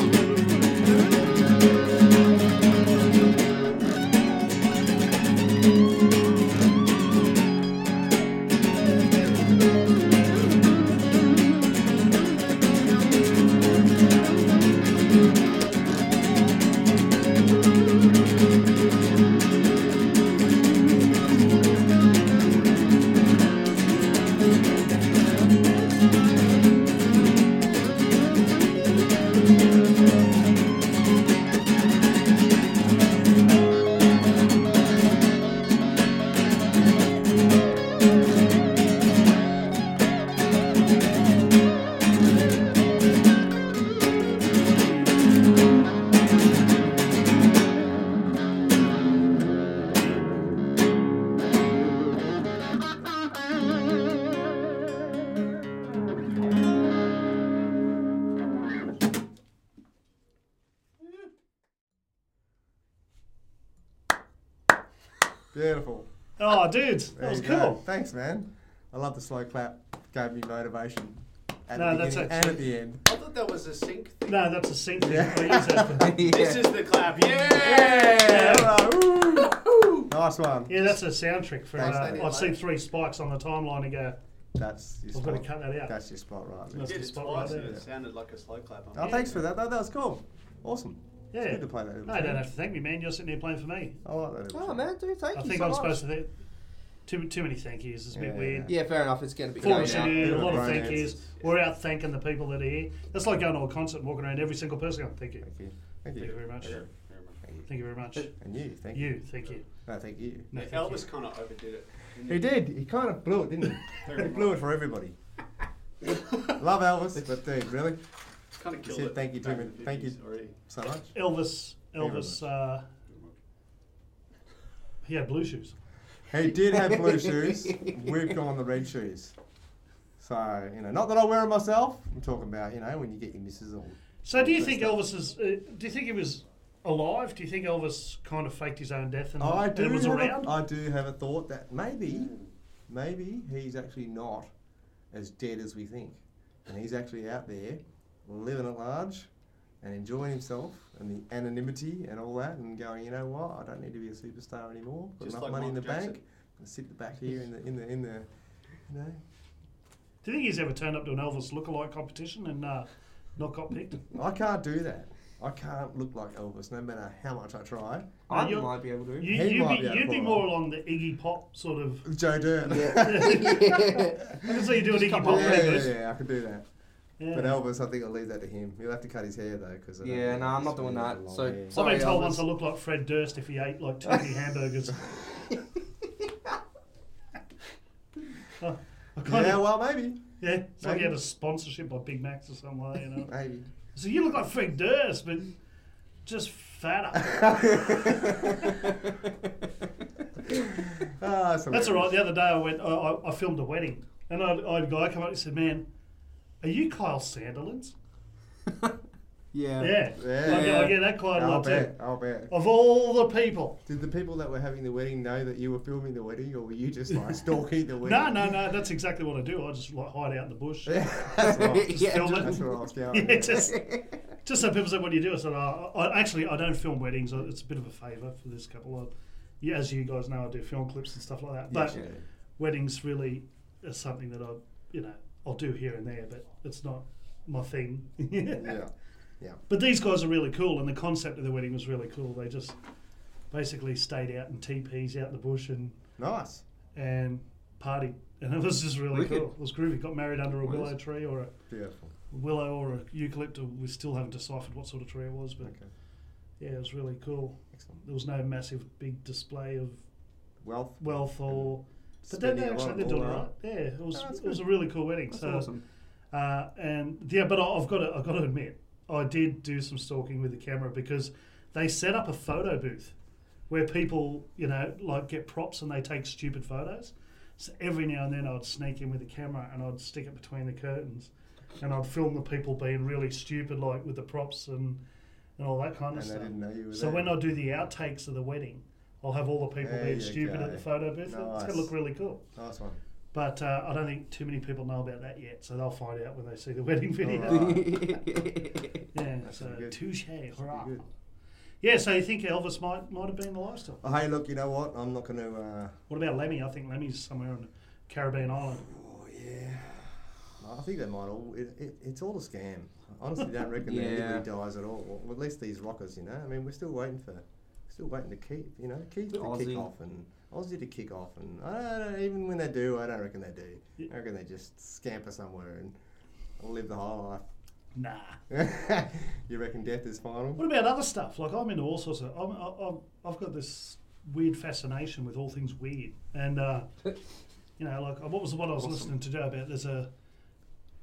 Speaker 4: Beautiful.
Speaker 2: Oh, dudes, that
Speaker 4: There
Speaker 2: was
Speaker 4: you go.
Speaker 2: cool.
Speaker 4: Thanks, man. I love the slow clap. Gave me motivation. At
Speaker 2: No,
Speaker 4: the
Speaker 2: that's
Speaker 4: beginning
Speaker 2: it.
Speaker 4: and at the end.
Speaker 3: I thought that was a sync thing.
Speaker 2: No, that's a sync thing.
Speaker 4: Yeah.
Speaker 2: They use that for-
Speaker 3: This
Speaker 5: yeah.
Speaker 3: is the clap. Yeah!
Speaker 4: Nice one.
Speaker 2: Yeah, that's a sound trick for.
Speaker 4: Thanks,
Speaker 2: Uh,
Speaker 4: Daniel.
Speaker 2: I've seen three spikes on the timeline and go,
Speaker 4: That's your
Speaker 2: I've got to
Speaker 4: spot.
Speaker 2: cut that out.
Speaker 4: That's your spot, right? there.
Speaker 2: That's
Speaker 3: Did
Speaker 2: the
Speaker 3: it
Speaker 2: spot
Speaker 3: twice
Speaker 2: right
Speaker 3: and
Speaker 2: there.
Speaker 3: it sounded like a slow clap.
Speaker 4: Oh, thanks for that. That, that was cool. Awesome.
Speaker 2: Yeah.
Speaker 4: It's good to play that.
Speaker 2: No, you don't have to thank me, man. You're sitting here playing for me.
Speaker 4: I like that.
Speaker 5: Oh man, dude, thank
Speaker 2: I
Speaker 5: you
Speaker 2: think
Speaker 5: so
Speaker 2: I'm
Speaker 5: much.
Speaker 2: supposed to. Th- too too many thank yous. It's a bit
Speaker 4: Yeah.
Speaker 2: weird.
Speaker 5: Yeah, fair enough. It's getting a bit
Speaker 2: Four of
Speaker 5: going
Speaker 2: us in
Speaker 5: now.
Speaker 2: here, a lot of
Speaker 4: Right.
Speaker 2: thank yous. We're out thanking the people that are here. That's like going to a concert and walking around every single person going, thank you.
Speaker 4: Thank you. Thank
Speaker 2: Thank you
Speaker 4: you.
Speaker 2: very much. Thank you very much.
Speaker 4: And you. Thank you.
Speaker 2: You, thank you.
Speaker 4: No, thank you.
Speaker 2: No, thank you.
Speaker 3: Elvis kind of overdid it. didn't
Speaker 4: He did. He kind of blew it, didn't he? he
Speaker 3: Very
Speaker 4: blew it for everybody. Love Elvis, but dude, really?
Speaker 3: Kind of killed
Speaker 4: said
Speaker 3: it.
Speaker 4: thank you to
Speaker 3: back
Speaker 4: me.
Speaker 3: in the
Speaker 4: Thank you.
Speaker 3: 50s Already.
Speaker 4: So much?
Speaker 2: Elvis,
Speaker 4: you very
Speaker 2: Elvis, uh, he had blue shoes.
Speaker 4: He did have blue shoes. We've gone the red shoes. So, you know, not that I wear them myself. I'm talking about, you know, when you get your missus all.
Speaker 2: So do you
Speaker 4: dressed
Speaker 2: think
Speaker 4: up.
Speaker 2: Elvis is, uh, do you think he was alive? Do you think Elvis kind of faked his own death and,
Speaker 4: I
Speaker 2: and
Speaker 4: do,
Speaker 2: was
Speaker 4: have a-
Speaker 2: around?
Speaker 4: I do have a thought that maybe, maybe he's actually not as dead as we think, and he's actually out there living at large and enjoying himself and the anonymity and all that, and going, you know what, I don't need to be a superstar anymore. Got
Speaker 3: Just
Speaker 4: enough
Speaker 3: like
Speaker 4: money in the
Speaker 3: Michael Jackson.
Speaker 4: bank. I'm gonna sit back here in the in the in the, you know.
Speaker 2: do you think he's ever turned up to an Elvis lookalike competition and uh, not got picked?
Speaker 4: I can't do that. I can't look like Elvis, no matter how much I try.
Speaker 5: I
Speaker 2: You're-
Speaker 5: might be able to.
Speaker 2: You,
Speaker 4: He
Speaker 2: you'd be,
Speaker 4: might be able to
Speaker 2: you'd be
Speaker 4: pull it
Speaker 2: more
Speaker 4: off.
Speaker 2: along the Iggy Pop sort of.
Speaker 4: Joe Dirt.
Speaker 2: I can see you doing Iggy
Speaker 4: yeah,
Speaker 2: Pop
Speaker 4: yeah,
Speaker 2: records.
Speaker 4: yeah, I could do that.
Speaker 2: Yeah.
Speaker 4: But Elvis, I think I'll leave that to him. He'll have to cut his hair though, because
Speaker 5: Yeah, no, I'm not doing that. So- so-
Speaker 2: I've
Speaker 5: Sorry,
Speaker 2: been told
Speaker 5: Elvis.
Speaker 2: once I look like Fred Durst if he ate like too many hamburgers. Uh, I kind
Speaker 4: yeah,
Speaker 2: of,
Speaker 4: well, maybe,
Speaker 2: yeah, it's like he
Speaker 4: maybe.
Speaker 2: had a sponsorship by Big Macs or some way, you know.
Speaker 4: maybe.
Speaker 2: So you look like Fred Durst, but just fatter.
Speaker 4: Ah,
Speaker 2: That's
Speaker 4: it's hilarious.
Speaker 2: all right. The other day I went, I, I, I filmed a wedding, and I I had a guy come up and said, "Man, are you Kyle Sanderlands?"
Speaker 5: yeah.
Speaker 2: Yeah,
Speaker 4: Yeah.
Speaker 2: I, get, I get that quite a
Speaker 4: I'll
Speaker 2: lot too.
Speaker 4: bet. I'll bet.
Speaker 2: Of all the people,
Speaker 4: Did the people that were having the wedding know that you were filming the wedding, or were you just like stalking the wedding?
Speaker 2: no, no, no. That's exactly what I do. I just like hide out in the bush.
Speaker 4: That's what, I-
Speaker 5: Yeah,
Speaker 2: film
Speaker 5: just-
Speaker 4: that's what I was going.
Speaker 2: Yeah, just, just so people say, what do you do? I said, oh, I, actually, I don't film weddings. It's a bit of a favour for this couple of, yeah, as you guys know, I do film clips and stuff like that. But
Speaker 4: Yes, you do.
Speaker 2: weddings really is something that I, you know, I'll do here and there, but it's not my thing.
Speaker 4: yeah, yeah.
Speaker 2: But these guys are really cool, and the concept of the wedding was really cool. They just basically stayed out in teepees out in the bush and
Speaker 4: Nice.
Speaker 2: and partied, and it was just really
Speaker 5: Wicked.
Speaker 2: cool. It was groovy. Got married under a willow tree or a
Speaker 4: Beautiful.
Speaker 2: willow or a eucalyptus. We still haven't deciphered what sort of tree it was, but
Speaker 4: Okay.
Speaker 2: yeah, it was really cool.
Speaker 4: Excellent.
Speaker 2: There was no massive big display of
Speaker 4: Wealth.
Speaker 2: wealth or. But they, they
Speaker 4: Spending a lot
Speaker 2: actually
Speaker 4: of
Speaker 2: they're doing
Speaker 4: ball
Speaker 2: all right.
Speaker 4: out.
Speaker 2: Yeah, it was
Speaker 4: Oh, that's
Speaker 2: it was a
Speaker 4: good.
Speaker 2: really cool wedding.
Speaker 5: That's
Speaker 2: so
Speaker 5: awesome.
Speaker 2: uh, and yeah, but I- I've got to I've got to admit I did do some stalking with the camera because they set up a photo booth where people you know like get props and they take stupid photos. So every now and then I'd sneak in with the camera and I'd stick it between the curtains and I'd film the people being really stupid like with the props and and all that kind
Speaker 4: And
Speaker 2: of
Speaker 4: they
Speaker 2: stuff.
Speaker 4: didn't know you were
Speaker 2: so
Speaker 4: there.
Speaker 2: when I do the outtakes of the wedding, I'll have all the people
Speaker 4: There
Speaker 2: being
Speaker 4: you
Speaker 2: stupid at
Speaker 4: go.
Speaker 2: the photo booth. It's
Speaker 4: Nice.
Speaker 2: gonna look really cool.
Speaker 4: Nice one.
Speaker 2: But uh, I don't think too many people know about that yet, so they'll find out when they see the wedding video. Yeah,
Speaker 4: That's
Speaker 2: so
Speaker 4: pretty good.
Speaker 2: touche, hurrah.
Speaker 4: good.
Speaker 2: Yeah, so you think Elvis might might have been the lifestyle?
Speaker 4: Oh, hey, look, you know what? I'm not going to. Uh,
Speaker 2: What about Lemmy? I think Lemmy's somewhere on Caribbean Island.
Speaker 4: oh, yeah. I think they might all. It, it, it's all a scam. I honestly don't reckon that
Speaker 5: Yeah.
Speaker 4: anybody dies at all. Well, at least these rockers, you know. I mean, we're still waiting for. Still waiting to keep, you know, keep to
Speaker 5: Aussie.
Speaker 4: kick off and Aussie to kick off, and I don't, know, even when they do, I don't reckon they do. I reckon they just scamper somewhere and live the whole
Speaker 2: Nah.
Speaker 4: life. you reckon death is final?
Speaker 2: What about other stuff? Like I'm into all sorts of. I'm, I- I'm, I've got this weird fascination with all things weird, and uh, you know, like what was the one I was listening to today about? There's a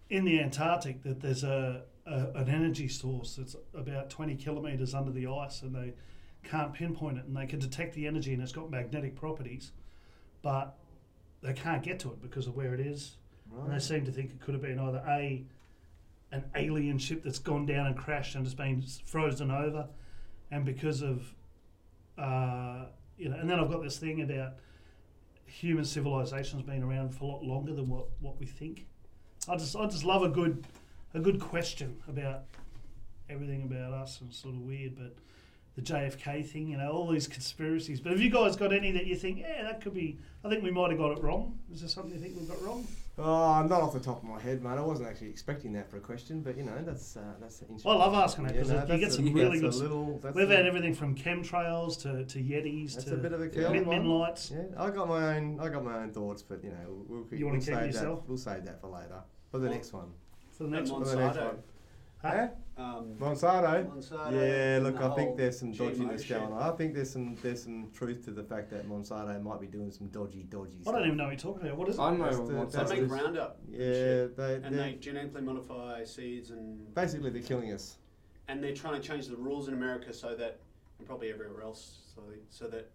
Speaker 2: in the Antarctic that there's a, a an energy source that's about 20 kilometers under the ice, and they can't pinpoint it, and they can detect the energy, and it's got magnetic properties, but they can't get to it because of where it is, and they
Speaker 4: Right.
Speaker 2: seem to think it could have been either a an alien ship that's gone down and crashed and it's been s- frozen over, and because of uh, you know, and then I've got this thing about human civilization's been around for a lot longer than what, what we think. I just I just love a good a good question about everything about us and sort of weird, but the JFK thing, you know, all these conspiracies. But have you guys got any that you think, yeah, that could be? I think we might have got it wrong. Is there something you think we've got wrong?
Speaker 4: Oh, not off the top of my head, mate. I wasn't actually expecting that for a question, but you know, that's uh, that's interesting.
Speaker 2: I love asking that, 'cause
Speaker 4: no,
Speaker 2: you
Speaker 4: that's
Speaker 2: get
Speaker 4: a-
Speaker 2: some really
Speaker 4: that's a
Speaker 2: good-
Speaker 4: Little, that's
Speaker 2: We've
Speaker 4: a,
Speaker 2: had everything from chemtrails to, to yetis
Speaker 4: That's
Speaker 2: to
Speaker 4: a bit of a curly
Speaker 2: min,
Speaker 4: one.
Speaker 2: min lights.
Speaker 4: Yeah, I got my own. I got my own thoughts, but you know, we'll, we'll,
Speaker 2: You wanna
Speaker 4: we'll
Speaker 2: keep
Speaker 4: save
Speaker 2: it
Speaker 4: that.
Speaker 2: yourself?
Speaker 4: We'll save that for later for the
Speaker 3: Well,
Speaker 4: next one.
Speaker 2: For the next
Speaker 3: Um,
Speaker 2: one,
Speaker 4: For the next
Speaker 3: Monsanto.
Speaker 4: one.
Speaker 2: Huh?
Speaker 4: Huh?
Speaker 3: Um,
Speaker 4: Monsanto.
Speaker 3: Monsanto
Speaker 4: Yeah,
Speaker 3: and
Speaker 4: look,
Speaker 3: the
Speaker 4: I think
Speaker 3: whole
Speaker 4: there's some
Speaker 3: GMO
Speaker 4: dodginess
Speaker 3: shit.
Speaker 4: going on. I think there's some there's some truth to the fact that Monsanto might be doing some dodgy, dodgy
Speaker 2: I
Speaker 4: stuff.
Speaker 2: don't even know what you're talking about. What is it?
Speaker 5: I know
Speaker 4: That's the-
Speaker 5: what's
Speaker 3: They
Speaker 4: that's
Speaker 5: happening.
Speaker 3: make
Speaker 4: this-
Speaker 3: Roundup.
Speaker 4: Yeah, they,
Speaker 3: And they
Speaker 4: they
Speaker 3: genetically modify seeds and
Speaker 4: basically they're killing us.
Speaker 3: and they're trying to change the rules in America so that and probably everywhere else so, so that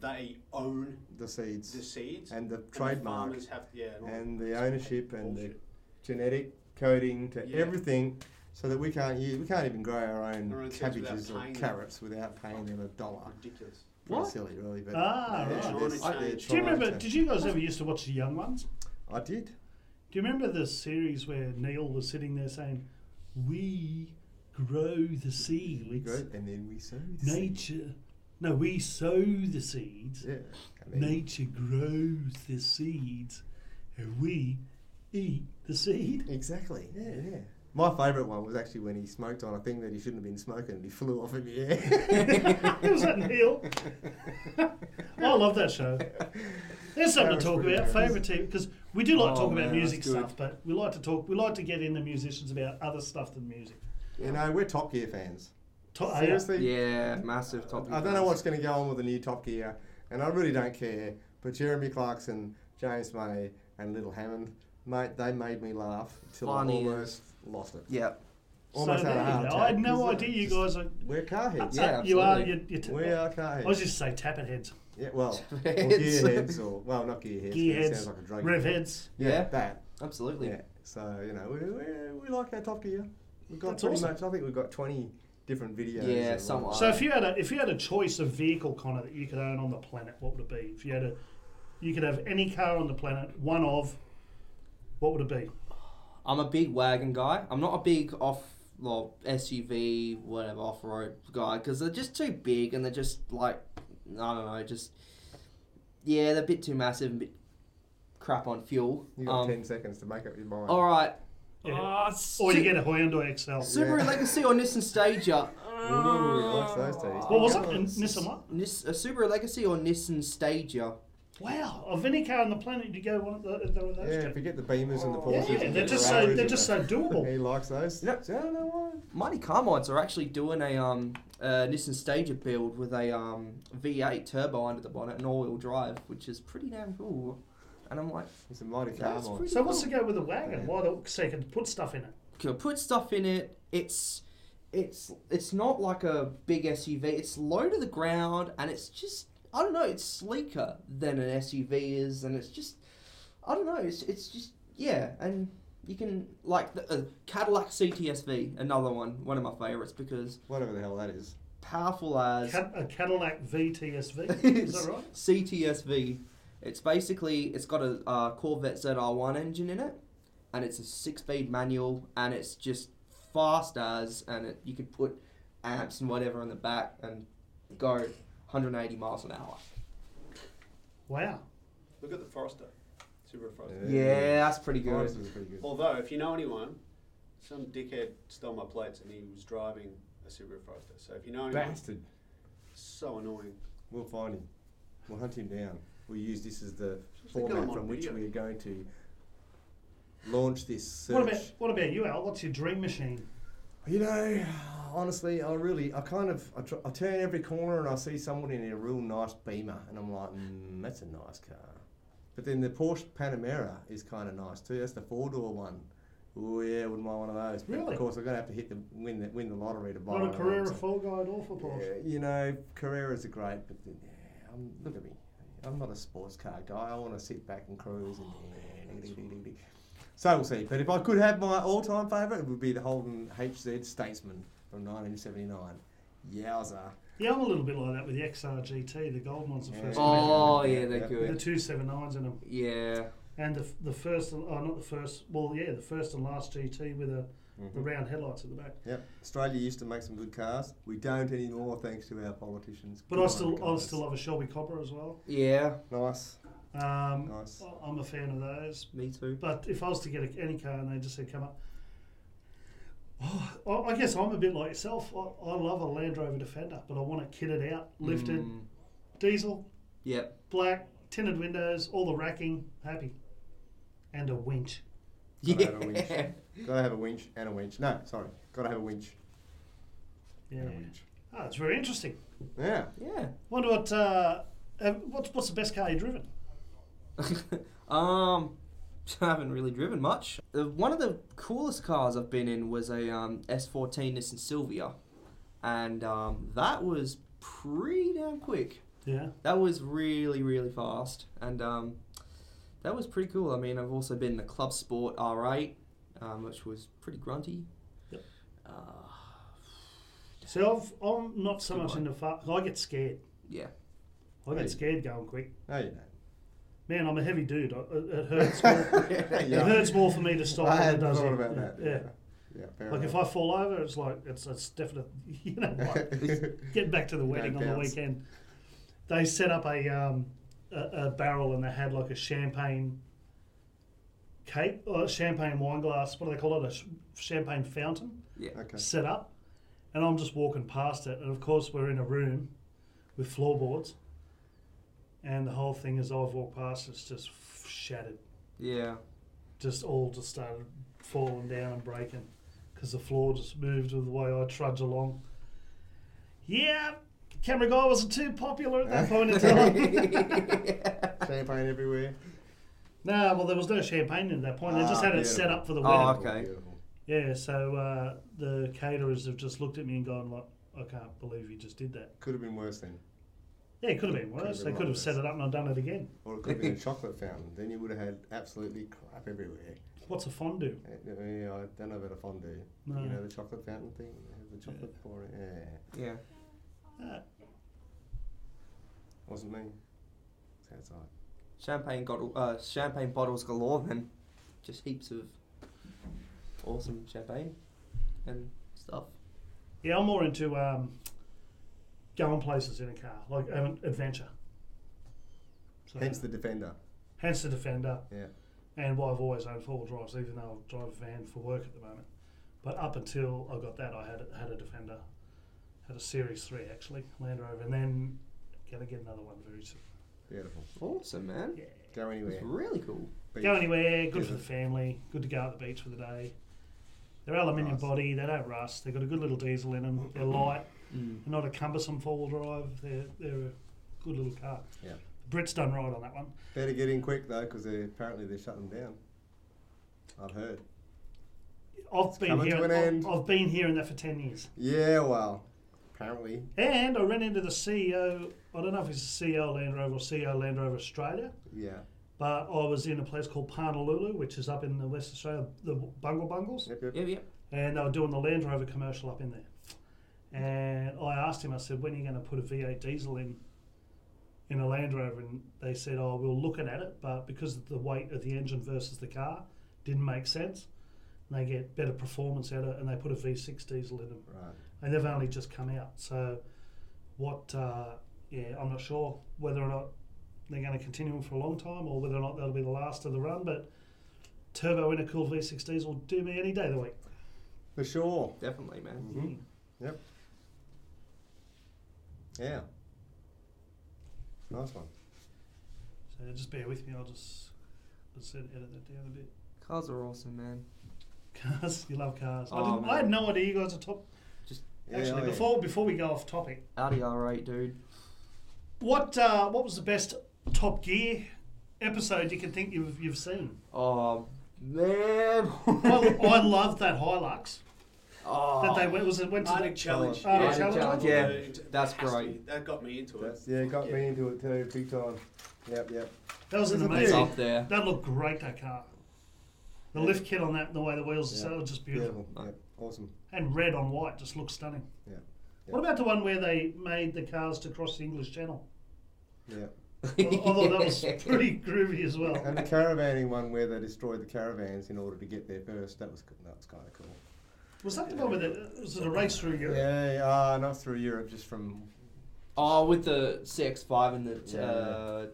Speaker 3: they own
Speaker 4: The seeds
Speaker 3: the seeds
Speaker 4: and the
Speaker 3: the
Speaker 4: trademark.
Speaker 3: farmers have yeah and all
Speaker 4: and
Speaker 3: that.
Speaker 4: the
Speaker 3: It's
Speaker 4: ownership and the
Speaker 3: bullshit.
Speaker 4: genetic coding to
Speaker 3: Yeah.
Speaker 4: everything so that we can't use, we can't even grow our own
Speaker 3: Our own seeds without
Speaker 4: cabbages or
Speaker 3: paying them.
Speaker 4: carrots without paying them a dollar.
Speaker 3: ridiculous.
Speaker 4: Pretty
Speaker 5: What?
Speaker 4: silly, really. But
Speaker 2: Ah,
Speaker 4: yeah,
Speaker 2: right.
Speaker 4: they're-
Speaker 3: Trying to
Speaker 4: they're
Speaker 3: change.
Speaker 2: Do you
Speaker 4: trying
Speaker 2: remember?
Speaker 4: to-
Speaker 2: Did you guys ever used to watch the young ones?
Speaker 4: I did.
Speaker 2: Do you remember the series where Neil was sitting there saying, "We grow the seeds,
Speaker 4: We grow, and then we sow the seeds.
Speaker 2: nature. No, we sow the seeds.
Speaker 4: Yeah. and then-
Speaker 2: Nature grows the seeds, and we eat the seed."
Speaker 4: Exactly. Yeah, yeah. My favourite one was actually when he smoked on a thing that he shouldn't have been smoking and he flew off in the air.
Speaker 2: was that Neil? I love that show. There's something
Speaker 4: That was
Speaker 2: to talk
Speaker 4: pretty
Speaker 2: about.
Speaker 4: good.
Speaker 2: Favorite team because we do like to
Speaker 4: Oh,
Speaker 2: talk about
Speaker 4: man,
Speaker 2: music
Speaker 4: that's good.
Speaker 2: stuff, but we like to talk. We like to get into musicians about other stuff than music.
Speaker 4: You know, we're Top Gear fans.
Speaker 2: To- oh, yeah.
Speaker 4: Seriously,
Speaker 5: Yeah, massive topic.
Speaker 4: I don't know what's going to go on with the new Top Gear, and I really don't care. But Jeremy Clarkson, James May, and Little Hammond, mate, they made me laugh till I
Speaker 5: Funny as-
Speaker 4: almost lost it.
Speaker 5: Yeah.
Speaker 4: Almost
Speaker 2: so
Speaker 4: had a
Speaker 2: there you
Speaker 4: heart
Speaker 2: go.
Speaker 4: attack.
Speaker 2: I had no
Speaker 4: Because, uh,
Speaker 2: idea you
Speaker 4: just-
Speaker 2: guys are.
Speaker 4: We're carheads.
Speaker 5: Yeah,
Speaker 2: you are.
Speaker 5: absolutely.
Speaker 2: You're, you're t-
Speaker 4: we are
Speaker 2: I
Speaker 4: carheads.
Speaker 2: was just say tappet heads,
Speaker 4: yeah, well, or
Speaker 5: Heads.
Speaker 4: gearheads, or well, not gearheads. but it
Speaker 2: gearheads,
Speaker 4: sounds like a drug.
Speaker 2: rev heads.
Speaker 4: Yeah,
Speaker 5: Yeah.
Speaker 4: that.
Speaker 5: Absolutely.
Speaker 4: Yeah. So you know, we, we, we like our Top Gear. We've got
Speaker 2: That's
Speaker 4: pretty
Speaker 2: awesome.
Speaker 4: much. I think we've got twenty different videos.
Speaker 5: Yeah,
Speaker 4: of-
Speaker 5: somewhat.
Speaker 2: So if you had a if you had a choice of vehicle, Connor, that you could own on the planet, what would it be? If you had a, you could have any car on the planet, one of. What would it be?
Speaker 5: I'm a big wagon guy. I'm not a big off, well, SUV, whatever, off road guy because they're just too big and they're just like, I don't know, just yeah, they're a bit too massive and a bit crap on fuel.
Speaker 4: You got
Speaker 5: Um,
Speaker 4: ten seconds to make up your mind.
Speaker 5: all right.
Speaker 2: Yeah.
Speaker 5: Oh, su-
Speaker 2: Or you get a Hyundai XL.
Speaker 5: Subaru
Speaker 4: Yeah.
Speaker 5: Legacy or Nissan Stager.
Speaker 4: Ooh, he likes those days.
Speaker 2: What was it?
Speaker 4: Go on.
Speaker 2: Nissan what?
Speaker 5: Nis- a Subaru Legacy or Nissan Stager.
Speaker 2: wow, of any car on the planet, you go one of the, the, those
Speaker 4: Yeah,
Speaker 2: two.
Speaker 4: forget the Beamers and the
Speaker 2: Oh, Yeah,
Speaker 4: Porsches. and
Speaker 2: they're
Speaker 4: the
Speaker 2: just so
Speaker 4: Ferraris
Speaker 2: they're
Speaker 4: and
Speaker 2: just
Speaker 4: the-
Speaker 2: so doable.
Speaker 4: He likes those.
Speaker 5: Yeah.
Speaker 4: So I don't know why.
Speaker 5: Mighty Car Mods are actually doing a um a Nissan Stager build with a um V8 turbo under the bonnet and all-wheel drive, which is pretty damn cool. And I'm like,
Speaker 4: He's a mighty car
Speaker 5: that's
Speaker 4: mod.
Speaker 5: pretty
Speaker 2: So
Speaker 5: cool.
Speaker 2: what's the go with the wagon?
Speaker 4: Yeah.
Speaker 2: Why the so you can put stuff in it?
Speaker 5: Cool. Put stuff in it. It's it's it's not like a big SUV. It's low to the ground, and it's just I don't know. It's sleeker than an SUV is, and it's just I don't know. It's it's just yeah, and you can like the uh, Cadillac CTSV, another one, one of my favorites because
Speaker 4: Whatever the hell that is.
Speaker 5: powerful as
Speaker 2: Cad- a Cadillac VTSV. Is
Speaker 5: It's
Speaker 2: that right?
Speaker 5: CTSV. It's basically it's got a uh, Corvette ZR1 engine in it, and it's a six-speed manual, and it's just fast as, and it, you could put amps and whatever on the back and go 180 miles an hour.
Speaker 2: Wow.
Speaker 3: Look at the Forester, Subaru Forester.
Speaker 4: Yeah.
Speaker 5: Yeah, that's pretty good.
Speaker 4: Foresters are pretty good.
Speaker 3: Although, if you know anyone, some dickhead stole my plates and he was driving a Subaru Forester. So if you know anyone,
Speaker 4: Bastard.
Speaker 3: so annoying.
Speaker 4: We'll find him. We'll hunt him down. We'll use this as the
Speaker 3: Just look at
Speaker 4: format
Speaker 3: him on
Speaker 4: from which
Speaker 3: video.
Speaker 4: we are going to launch this search.
Speaker 2: What about what about you, Al? What's your dream machine?
Speaker 4: You know, honestly, I really, I kind of, I, tr- I turn every corner and I see someone in a real nice Beamer, and I'm like, mm, that's a nice car. But then the Porsche Panamera is kind of nice too. That's the four door one. Oh yeah, wouldn't mind one of those. But
Speaker 2: Really?
Speaker 4: Of course, I'm gonna have to hit the win the win the lottery to buy
Speaker 2: Not
Speaker 4: one
Speaker 2: a
Speaker 4: of
Speaker 2: Carrera
Speaker 4: those.
Speaker 2: Fall Guy at all for Porsche.
Speaker 4: Yeah, you know, Carreras are great, but then, yeah, I'm, look at me. I'm not a sports car guy. I want to sit back and cruise.
Speaker 2: Oh,
Speaker 4: And, So we'll see. But if I could have my all-time favourite, it would be the Holden HZ Statesman from 1979. Yowza.
Speaker 2: Yeah, I'm a little bit like that with the XRGT. The gold one's the
Speaker 4: Yeah.
Speaker 2: first. one.
Speaker 5: Oh yeah, they're
Speaker 4: Yeah.
Speaker 2: The
Speaker 5: good.
Speaker 2: two seven nines in them,
Speaker 5: Yeah,
Speaker 2: and the, the first and oh, not the first. Well, yeah, the first and last GT with a,
Speaker 4: Mm-hmm.
Speaker 2: the round headlights at the back.
Speaker 4: Yep. Australia used to make some good cars. We don't anymore, thanks to our politicians.
Speaker 2: But
Speaker 4: Good
Speaker 2: I
Speaker 4: on
Speaker 2: still
Speaker 4: you
Speaker 2: I
Speaker 4: guys.
Speaker 2: still love a Shelby Copper as well.
Speaker 5: yeah.
Speaker 4: Nice.
Speaker 2: Um,
Speaker 4: Nice.
Speaker 2: I- I'm a fan of those.
Speaker 5: Me too.
Speaker 2: But if I was to get a, any car and they just said come up, oh, I I guess I'm a bit like yourself. I, I love a Land Rover Defender, but I want it kitted out, lifted,
Speaker 4: Hmm.
Speaker 5: Mm,
Speaker 2: diesel,
Speaker 5: yep.
Speaker 2: black, tinted windows, all the racking, happy, and a winch.
Speaker 4: Gotta
Speaker 5: Yeah.
Speaker 4: have a winch. Gotta have a winch and a winch. No, sorry. Gotta have a winch
Speaker 2: Yeah,
Speaker 4: and a winch.
Speaker 2: oh, it's very interesting.
Speaker 4: Yeah.
Speaker 5: Yeah.
Speaker 2: Wonder what uh, uh, what's what's the best car you've driven?
Speaker 5: um, I haven't really driven much. Uh, One of the coolest cars I've been in was a um, S14 Nissan Silvia, and um, that was pretty damn quick.
Speaker 2: Yeah,
Speaker 5: That was really really fast, and um, that was pretty cool. I mean, I've also been in the Club Sport R8, um, which was pretty grunty.
Speaker 2: Yep.
Speaker 5: Uh,
Speaker 2: so I've, I'm not so
Speaker 5: Good
Speaker 2: much
Speaker 5: one.
Speaker 2: into fast. I get scared.
Speaker 5: yeah.
Speaker 2: I get
Speaker 4: Hey.
Speaker 2: scared going quick.
Speaker 4: No, you
Speaker 2: Man, I'm a heavy dude. I, it it hurts. more.
Speaker 4: don't. Yeah.
Speaker 2: It hurts more for me to stop
Speaker 4: I
Speaker 2: than it
Speaker 4: had
Speaker 2: does
Speaker 4: thought
Speaker 2: you.
Speaker 4: about
Speaker 2: yeah,
Speaker 4: that.
Speaker 2: Yeah.
Speaker 4: Yeah. fair
Speaker 2: Like if I
Speaker 4: enough.
Speaker 2: fall over, it's like it's it's definite. You know what? Get back to the wedding on the
Speaker 4: bounce.
Speaker 2: weekend. They set up a um a, a barrel and they had like a champagne cake or a champagne wine glass. What do they call it? A sh- champagne fountain
Speaker 5: Yeah.
Speaker 4: okay.
Speaker 2: set up, and I'm just walking past it, and of course we're in a room with floorboards, and the whole thing as I've walked past, it's just shattered.
Speaker 5: Yeah.
Speaker 2: just all just started falling down and breaking because the floor just moved with the way I trudge along. Yeah, camera guy wasn't too popular at that point in time.
Speaker 4: Champagne everywhere.
Speaker 2: no, well, there was no champagne at that point. They just
Speaker 4: Ah,
Speaker 2: had it set
Speaker 4: beautiful.
Speaker 2: up for the
Speaker 5: Oh,
Speaker 2: wedding.
Speaker 5: okay.
Speaker 4: Beautiful.
Speaker 2: Yeah, so uh, the caterers have just looked at me and gone like, "I can't believe you just did that."
Speaker 4: Could have been worse then.
Speaker 2: Yeah, it could have been worse.
Speaker 4: been
Speaker 2: they
Speaker 4: a lot
Speaker 2: could have
Speaker 4: worse.
Speaker 2: set it up and I've done it again.
Speaker 4: Or it could have been a chocolate fountain. Then you would have had absolutely crap everywhere.
Speaker 2: What's a fondue?
Speaker 4: Uh, yeah, I don't know about a fondue.
Speaker 2: No.
Speaker 4: You know the chocolate fountain thing? They have The chocolate pouring. Yeah.
Speaker 5: Yeah.
Speaker 2: Ah,
Speaker 4: Wasn't me. It's outside.
Speaker 5: Champagne got uh, champagne bottles galore then. Just heaps of awesome champagne and stuff.
Speaker 2: yeah, I'm more into um, going places in a car, like an adventure. So,
Speaker 4: Hence the defender.
Speaker 2: hence the Defender.
Speaker 4: Yeah.
Speaker 2: and why I've always owned four-wheel drives, even though I drive a van for work at the moment. But up until I got that, I had had a Defender, had a Series Three actually, Land Rover, and then gonna get another one very soon.
Speaker 4: Beautiful.
Speaker 5: Awesome, man.
Speaker 2: Yeah.
Speaker 4: Go anywhere.
Speaker 5: It's really cool.
Speaker 4: Beach.
Speaker 2: Go anywhere, good
Speaker 4: Yeah.
Speaker 2: for the family, good to go out the beach for the day. They're aluminium
Speaker 4: Nice.
Speaker 2: body, they don't rust, they've got a good little diesel in them, they're light,
Speaker 5: Mm.
Speaker 2: they're not a cumbersome four wheel drive, they're, they're a good little car.
Speaker 4: Yeah.
Speaker 2: Brit's done right on that one.
Speaker 4: Better get in quick though, because they're, apparently they're shutting down. I've heard.
Speaker 2: I've been
Speaker 4: coming
Speaker 2: here.
Speaker 4: to an
Speaker 2: I've,
Speaker 4: end.
Speaker 2: I've been hearing that for ten years.
Speaker 4: Yeah, well, apparently.
Speaker 2: And I ran into the CEO. I don't know if he's the CEO of Land Rover or CEO of Land Rover Australia,
Speaker 4: Yeah.
Speaker 2: but I was in a place called Panalulu, which is up in the West Australia, the Bungle Bungles,
Speaker 4: Yep, yep.
Speaker 5: Yep, yep.
Speaker 2: and they were doing the Land Rover commercial up in there. And I asked him, I said, when are you going to put a V8 diesel in, in a Land Rover? And they said, oh, we are looking at it, but because of the weight of the engine versus the car, didn't make sense. And they get better performance out of it, and they put a V6 diesel in them.
Speaker 4: Right.
Speaker 2: and they've only just come out. So, what? Uh, yeah, I'm not sure whether or not they're going to continue them for a long time, or whether or not that'll be the last of the run. But turbo intercooled V60s will do me any day of the week.
Speaker 4: For sure.
Speaker 5: Definitely, man.
Speaker 4: hmm Yep. Yeah. Nice one.
Speaker 2: So just bear with me. I'll just I'll just edit that down a bit.
Speaker 5: Cars are awesome, man.
Speaker 2: Cars, you love cars. I,
Speaker 5: Oh,
Speaker 2: didn't, I had
Speaker 5: man.
Speaker 2: no idea you guys are top.
Speaker 4: Yeah,
Speaker 2: Actually,
Speaker 4: oh, yeah.
Speaker 2: before before we go off topic,
Speaker 5: Audi R8, dude.
Speaker 2: what uh, what was the best Top Gear episode you can think you've you've seen?
Speaker 5: Oh, man.
Speaker 2: well, I loved that Hilux
Speaker 5: oh,
Speaker 2: that they went was it went to
Speaker 3: Arctic
Speaker 2: the,
Speaker 3: Challenge.
Speaker 2: Oh, Arctic
Speaker 3: yeah,
Speaker 2: Challenge.
Speaker 5: Yeah,
Speaker 3: It- it
Speaker 5: that's
Speaker 3: has to
Speaker 5: great.
Speaker 3: be- That got me into it.
Speaker 4: That's, yeah, it got me into it too, big time. Yep, yep.
Speaker 2: That was an
Speaker 4: Isn't it
Speaker 5: it's
Speaker 2: amazing.
Speaker 5: up there.
Speaker 2: That looked great, that car. The lift kit on that, and the way the wheels are
Speaker 4: Yeah.
Speaker 2: set, it was just beautiful.
Speaker 4: Yep. Awesome.
Speaker 2: And red on white just looks stunning.
Speaker 4: Yeah.
Speaker 2: What about the one where they made the cars to cross the English Channel?
Speaker 4: Yeah.
Speaker 2: I, I thought Oh, that was pretty groovy as well.
Speaker 4: And the caravanning one where they destroyed the caravans in order to get there first. That was good. That was kind of cool.
Speaker 2: Was that the one with it? Was it a race through Europe?
Speaker 4: Yeah, yeah, uh, not through Europe, just from
Speaker 5: Oh, with the CX5 and the
Speaker 4: Yeah.
Speaker 5: uh,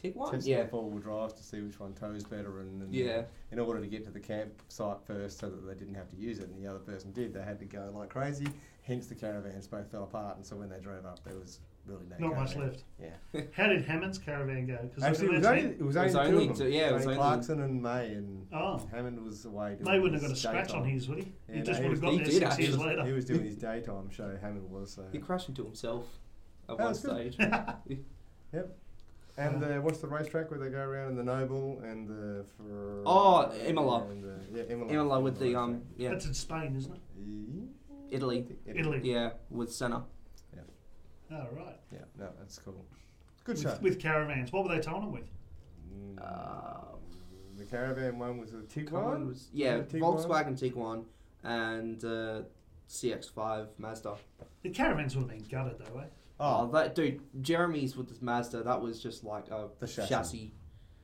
Speaker 5: Tiguan?
Speaker 4: testing
Speaker 5: Yeah.
Speaker 4: the four-wheel drives to see which one tows better, and, and
Speaker 5: Yeah.
Speaker 4: in order to get to the campsite first, so that they didn't have to use it, and the other person did, they had to go like crazy. Hence, the caravans both fell apart, and so when they drove up, there was really no
Speaker 2: Not much
Speaker 4: caravan.
Speaker 2: left.
Speaker 4: Yeah.
Speaker 2: How did Hammond's caravan go? Because
Speaker 4: Actually, it was only it was
Speaker 5: It
Speaker 4: only,
Speaker 5: was
Speaker 4: two
Speaker 5: only
Speaker 4: of
Speaker 5: two-
Speaker 4: them.
Speaker 5: yeah, it was
Speaker 4: only
Speaker 5: only-
Speaker 4: Clarkson and May, and
Speaker 2: Oh.
Speaker 4: Hammond was away.
Speaker 2: May wouldn't have got a
Speaker 4: his
Speaker 2: scratch
Speaker 4: daytime.
Speaker 2: on his, would he?
Speaker 4: Yeah,
Speaker 2: he
Speaker 4: no,
Speaker 2: just
Speaker 4: he
Speaker 2: would have
Speaker 4: was-
Speaker 2: got
Speaker 5: he
Speaker 2: there
Speaker 5: did
Speaker 2: six
Speaker 5: actually.
Speaker 2: years
Speaker 4: He
Speaker 2: later.
Speaker 4: was doing his daytime show. Hammond was so.
Speaker 5: He crashed into himself at
Speaker 4: That
Speaker 5: one
Speaker 4: was good.
Speaker 5: stage.
Speaker 4: And uh, what's the racetrack where they go around in the Noble and the for
Speaker 5: Oh, Imola.
Speaker 4: and, uh, yeah, Imola. E?
Speaker 5: Imola with the, um, yeah,
Speaker 2: That's in Spain, isn't it?
Speaker 4: Yeah.
Speaker 5: Italy.
Speaker 2: Italy.
Speaker 5: Yeah, with Senna.
Speaker 2: Oh, right.
Speaker 4: Yeah, no, that's cool. Good show.
Speaker 2: With, with caravans. What were they towing them with?
Speaker 4: Mm,
Speaker 5: Uh,
Speaker 4: the caravan one was a
Speaker 5: Common
Speaker 4: Tiguan.
Speaker 5: was, yeah,
Speaker 4: Tiguan?
Speaker 5: Volkswagen Tiguan and uh, CX5 Mazda.
Speaker 2: The caravans would have been gutted, though, eh?
Speaker 5: Oh,
Speaker 4: Oh,
Speaker 5: that dude, Jeremy's with this Mazda, that was just like a
Speaker 4: The
Speaker 5: chassis.
Speaker 4: chassis.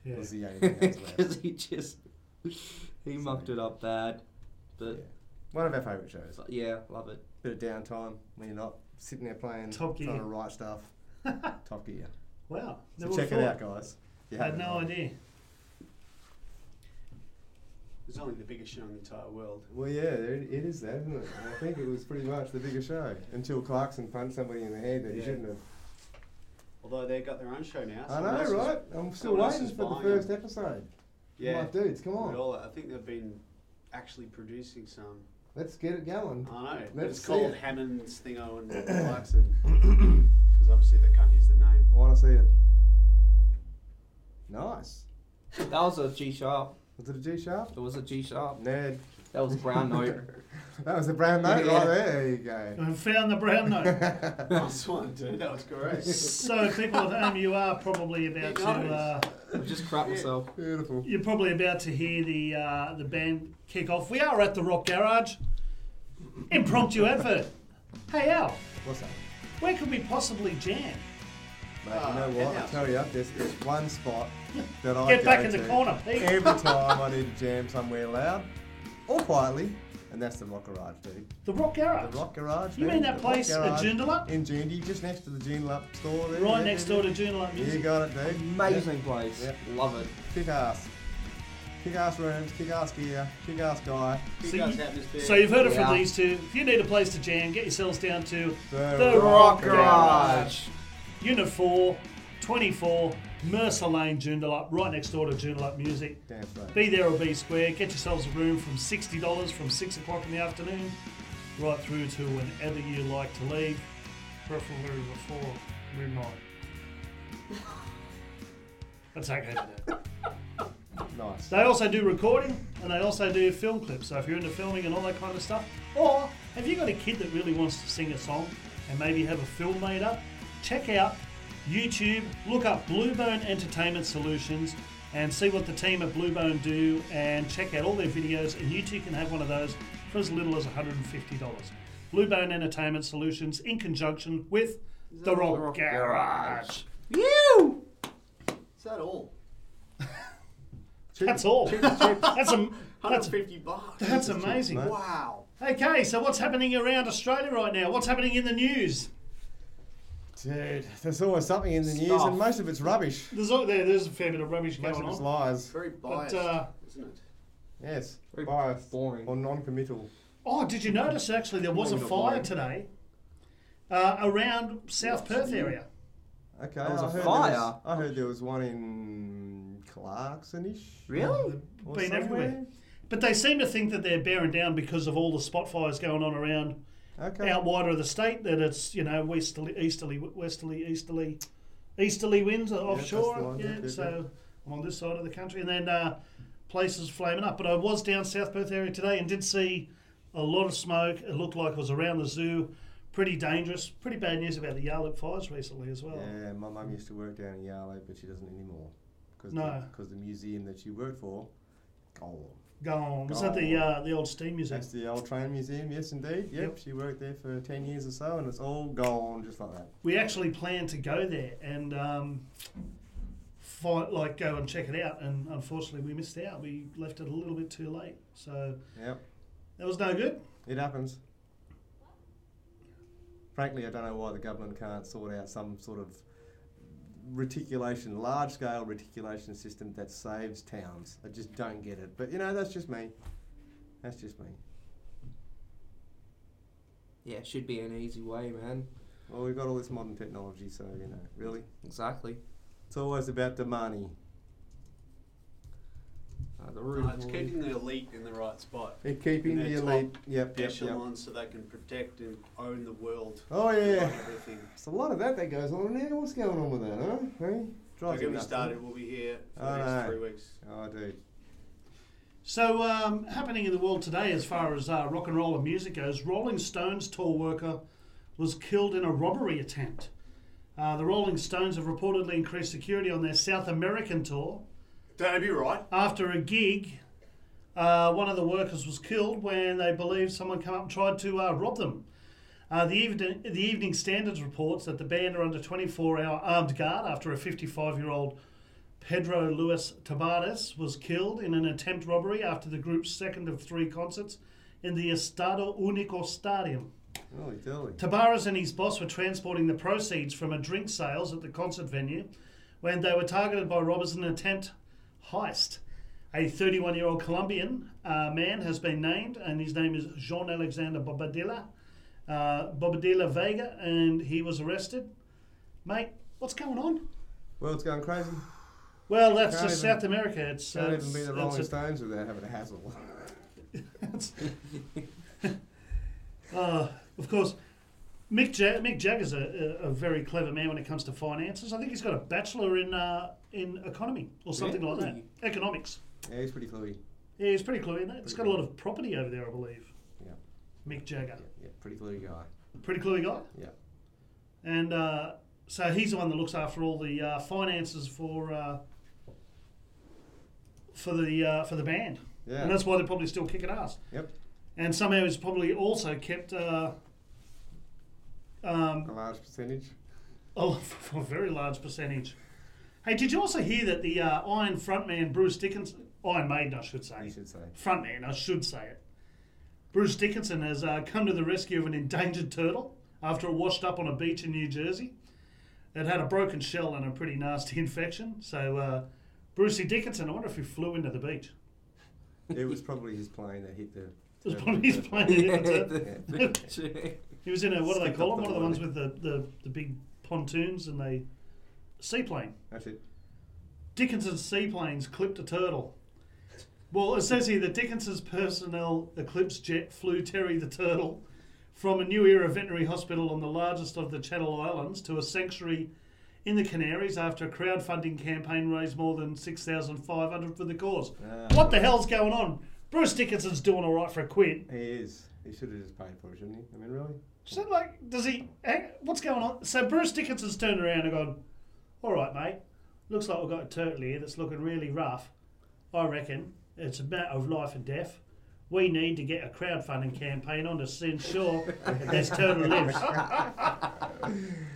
Speaker 2: Yeah.
Speaker 4: was the only thing that was left.
Speaker 5: Because he just, he mucked it up bad. But
Speaker 4: One of our favourite shows.
Speaker 5: but yeah, love it.
Speaker 4: Bit of downtime when you're not sitting there playing,
Speaker 2: Top Gear.
Speaker 4: trying to write stuff. Top Gear.
Speaker 2: wow.
Speaker 4: So
Speaker 2: never
Speaker 4: check
Speaker 2: thought.
Speaker 4: it out, guys. You
Speaker 2: I had
Speaker 4: haven't,
Speaker 2: no
Speaker 4: right?
Speaker 2: idea.
Speaker 3: It's only the biggest show in the entire world.
Speaker 4: Well, yeah, it, it is that, isn't it? And I think it was pretty much the biggest show until Clarkson punched somebody in the head that he
Speaker 3: Yeah.
Speaker 4: shouldn't have.
Speaker 3: Although they got their own show now.
Speaker 4: I
Speaker 3: someone else
Speaker 4: know,
Speaker 3: is-
Speaker 4: right? I'm still
Speaker 3: someone else
Speaker 4: waiting
Speaker 3: is
Speaker 4: for the
Speaker 3: buying
Speaker 4: first episode.
Speaker 3: Yeah.
Speaker 4: I'm like, dudes, come
Speaker 3: But
Speaker 4: on,
Speaker 3: all- I think they've been actually producing some.
Speaker 4: let's get it going.
Speaker 3: I know.
Speaker 4: Let's
Speaker 3: it's
Speaker 4: see
Speaker 3: called
Speaker 4: it.
Speaker 3: Hammond's Thingo and Clarkson. Because obviously they can't use the name.
Speaker 4: I want to see it. Nice.
Speaker 5: That was a G sharp.
Speaker 4: Was it a G sharp?
Speaker 5: It was a G sharp.
Speaker 4: Nerd.
Speaker 5: That was a brown note.
Speaker 4: That was a brand note
Speaker 5: Yeah.
Speaker 4: right there. There you go.
Speaker 2: I found the brown note.
Speaker 3: Nice one, dude. That was great.
Speaker 2: so people at home, you are probably about to uh,
Speaker 5: I just crap myself.
Speaker 4: Beautiful.
Speaker 2: you're probably about to hear the uh, the band kick off. We are at the Rock Garage. Impromptu advert. Hey Al,
Speaker 4: What's that?
Speaker 2: where could we possibly jam?
Speaker 4: Mate,
Speaker 2: Ah,
Speaker 4: you know what? I
Speaker 3: Penthouse.
Speaker 4: tell you, there's this one spot that I
Speaker 2: Get back
Speaker 4: go
Speaker 2: in the
Speaker 4: to
Speaker 2: corner. There you go.
Speaker 4: every time I need to jam somewhere loud or quietly, and that's the Rock Garage, dude.
Speaker 2: The Rock Garage.
Speaker 4: The Rock Garage.
Speaker 2: You
Speaker 4: man.
Speaker 2: mean
Speaker 4: The
Speaker 2: that
Speaker 4: Rock
Speaker 2: place at
Speaker 4: Garage
Speaker 2: Joondalup?
Speaker 4: In Joondalup, just next to the Joondalup store. There,
Speaker 2: right
Speaker 4: yeah,
Speaker 2: next
Speaker 4: yeah,
Speaker 2: door to
Speaker 4: yeah.
Speaker 2: Joondalup
Speaker 4: You
Speaker 2: Music.
Speaker 4: got it, dude.
Speaker 5: Amazing place.
Speaker 4: Yep.
Speaker 5: Love it.
Speaker 4: Kick ass. Kick ass rooms, kick ass gear, kick ass guy.
Speaker 3: Big
Speaker 2: See,
Speaker 3: ass atmosphere.
Speaker 2: So you've heard it
Speaker 5: Yeah.
Speaker 2: from these two. If you need a place to
Speaker 5: Oh,
Speaker 2: jam, get yourselves down to
Speaker 4: The
Speaker 2: The Rock
Speaker 5: Rock Garage.
Speaker 2: Unit 4, 24 Mercer Lane, Joondalup, right next door to Joondalup Music.
Speaker 4: Damn right.
Speaker 2: Be there or be square. Get yourselves a room from $60 from 6 o'clock in the afternoon right through to whenever you like to leave, preferably before midnight. That's okay for that.
Speaker 4: Nice.
Speaker 2: They also do recording and they also do film clips. So if you're into filming and all that kind of stuff, or have you got a kid that really wants to sing a song and maybe have a film made up, check out YouTube, look up Bluebone Entertainment Solutions and see what the team at Bluebone do and check out all their videos and you too can have one of those for as little as $150. Bluebone Entertainment Solutions in conjunction with The Rock,
Speaker 5: Rock
Speaker 2: Garage.
Speaker 5: Garage. You.
Speaker 3: Is that all?
Speaker 2: That's all. That's a that's,
Speaker 3: 150 bucks.
Speaker 2: that's amazing.
Speaker 3: wow.
Speaker 2: Okay, so what's happening around Australia right now? What's happening in the news?
Speaker 4: Dude, there's always something in the news,
Speaker 5: Stuff.
Speaker 4: and most of it's rubbish.
Speaker 2: There's all, there, there's a fair bit of rubbish
Speaker 4: Most
Speaker 2: going
Speaker 4: of it's
Speaker 2: on.
Speaker 4: lies.
Speaker 3: Very biased,
Speaker 2: uh,
Speaker 3: isn't it?
Speaker 4: Yes,
Speaker 5: Very
Speaker 4: biased
Speaker 5: boring.
Speaker 4: or non-committal.
Speaker 2: Oh, did you notice actually there was a
Speaker 4: Maybe not
Speaker 2: fire
Speaker 4: mine.
Speaker 2: today uh, around South Perth area?
Speaker 4: Okay,
Speaker 5: was
Speaker 4: I
Speaker 5: a
Speaker 4: heard there
Speaker 5: fire.
Speaker 4: was- I heard there was one in Clarksonish.
Speaker 5: Really?
Speaker 4: or
Speaker 2: Been everywhere.
Speaker 4: somewhere.
Speaker 2: But they seem to think that they're bearing down because of all the spot fires going on around
Speaker 4: Okay.
Speaker 2: out wider of the state. That it's you know westerly, easterly, westerly, easterly, easterly winds are
Speaker 4: that's the
Speaker 2: offshore.
Speaker 4: one,
Speaker 2: Yeah,
Speaker 4: yeah, yeah, yeah.
Speaker 2: so I'm on this side of the country, and then uh, places flaming up. But I was down South Perth area today and did see a lot of smoke. It looked like it was around the zoo. Pretty dangerous. Pretty bad news about the Yarlip fires recently as well.
Speaker 4: Yeah, my mum used to work down in Yarlow, but she doesn't anymore because
Speaker 2: No.
Speaker 4: because the, museum that she worked for, gone.
Speaker 2: Gone. Was that the uh, the old steam museum?
Speaker 4: That's the old train museum. Yes, indeed. Yep,
Speaker 2: Yep.
Speaker 4: she worked there for ten years or so, and it's all gone just like that.
Speaker 2: we actually planned to go there and um, find, like go and check it out and unfortunately we missed out we left it a little bit too late so
Speaker 4: Yep,
Speaker 2: that was no good
Speaker 4: it happens. Frankly, I don't know why the government can't sort out some sort of reticulation, large-scale reticulation system that saves towns. I just don't get it. But you know, that's just me. That's just me.
Speaker 5: Yeah, should be an easy way, man.
Speaker 4: Well, we've got all this modern technology, so you know, really.
Speaker 5: Exactly.
Speaker 4: It's always about the money.
Speaker 5: Uh,
Speaker 3: No,
Speaker 5: the rules.
Speaker 3: it's
Speaker 5: will-
Speaker 3: keeping the elite in the right spot.
Speaker 4: They're keeping
Speaker 3: And
Speaker 4: the
Speaker 3: they're
Speaker 4: elite.
Speaker 3: top
Speaker 4: Yep, yep, yep.
Speaker 3: Echelon so they can protect and own the world.
Speaker 4: Oh yeah,
Speaker 3: Own everything.
Speaker 4: it's a lot of that that goes on now. What's going on with that, huh? Hey?
Speaker 3: Don't
Speaker 4: Drives
Speaker 3: get
Speaker 4: me
Speaker 3: me
Speaker 4: nuts,
Speaker 3: started. We'll be here for
Speaker 4: Oh,
Speaker 3: the next
Speaker 4: no.
Speaker 3: three weeks.
Speaker 4: huh? Oh, dude.
Speaker 2: so um, happening in the world today as far as uh, rock and roll and music goes rolling stones tour worker was killed in a robbery attempt uh, the rolling stones have reportedly increased security on their south american tour
Speaker 3: That'd be right.
Speaker 2: after a gig, uh, one of the workers was killed when they believed someone came up and tried to uh, rob them. Uh, the, evening, the Evening Standards reports that the band are under 24 hour armed guard after a 55 year old Pedro Luis Tabares was killed in an attempt robbery after the group's second of three concerts in the Estado Único Stadium.
Speaker 4: Holy dilly.
Speaker 2: Tabares and his boss were transporting the proceeds from a drink sales at the concert venue when they were targeted by robbers in an attempt heist. A 31 year old Colombian uh, man has been named, and his name is Jean Alexander Bobadilla, uh, Bobadilla Vega, and he was arrested. Mate, what's going on?
Speaker 4: World's going crazy.
Speaker 2: Well, that's
Speaker 4: Can't
Speaker 2: just
Speaker 4: even-
Speaker 2: South America. It's, uh,
Speaker 4: Can't
Speaker 2: it's,
Speaker 4: even be the
Speaker 2: it's
Speaker 4: Rolling
Speaker 2: a-
Speaker 4: Stones without having a hassle.
Speaker 2: That's- uh, of course, Mick, Jag- Mick Jagger's a, a, a very clever man when it comes to finances. I think he's got a bachelor in uh, in economy or something like
Speaker 5: Really?
Speaker 2: that. Economics.
Speaker 4: yeah, he's pretty cluey.
Speaker 2: Yeah, he's pretty cluey in that. He's got a lot of property over there, I believe.
Speaker 4: Yeah.
Speaker 2: Mick Jagger,
Speaker 4: Yeah, yeah, pretty cluey guy.
Speaker 2: pretty cluey guy.
Speaker 4: Yeah.
Speaker 2: And uh, so he's the one that looks after all the uh, finances for uh, for the uh, for the band.
Speaker 4: Yeah.
Speaker 2: And that's why they're probably still kicking ass.
Speaker 4: Yep.
Speaker 2: And somehow he's probably also kept uh,
Speaker 4: A
Speaker 2: um,
Speaker 4: large percentage.
Speaker 2: a, a very large percentage. Hey, did you also hear that the uh, Iron frontman Bruce Dickinson, Iron Maiden, I should
Speaker 4: You
Speaker 2: say,
Speaker 4: should say.
Speaker 2: frontman, I should say it. Bruce Dickinson has uh, come to the rescue of an endangered turtle after it washed up on a beach in New Jersey. It had a broken shell and a pretty nasty infection. So, uh, Brucey Dickinson, I wonder if he flew into the beach.
Speaker 4: It was probably his plane that hit the.
Speaker 2: It was probably his plane. that hit the turtle.
Speaker 5: the-
Speaker 2: He was in a what do they
Speaker 4: Skipped
Speaker 2: call
Speaker 4: up
Speaker 2: them? One
Speaker 4: the
Speaker 2: of the ones
Speaker 4: line.
Speaker 2: with the, the, the big pontoons, and they Seaplane.
Speaker 4: That's it.
Speaker 2: Dickinson's seaplanes clipped a turtle. Well, it says here that Dickinson's personnel eclipse jet flew Terry the turtle from a new era veterinary hospital on the largest of the Channel Islands to a sanctuary in the Canaries after a crowdfunding campaign raised more than 6500 for the cause.
Speaker 4: Ah.
Speaker 2: what the hell's going on? Bruce Dickinson's doing all right for a quid.
Speaker 4: He is. He should have just paid for it, shouldn't he? I mean, really?
Speaker 2: So, like, does he. hang- What's going on? So, Bruce Dickinson's turned around and gone, All right, mate, looks like we've got a turtle here that's looking really rough. I reckon it's a matter of life and death. We need to get a crowdfunding campaign on to send sure that this turtle lives.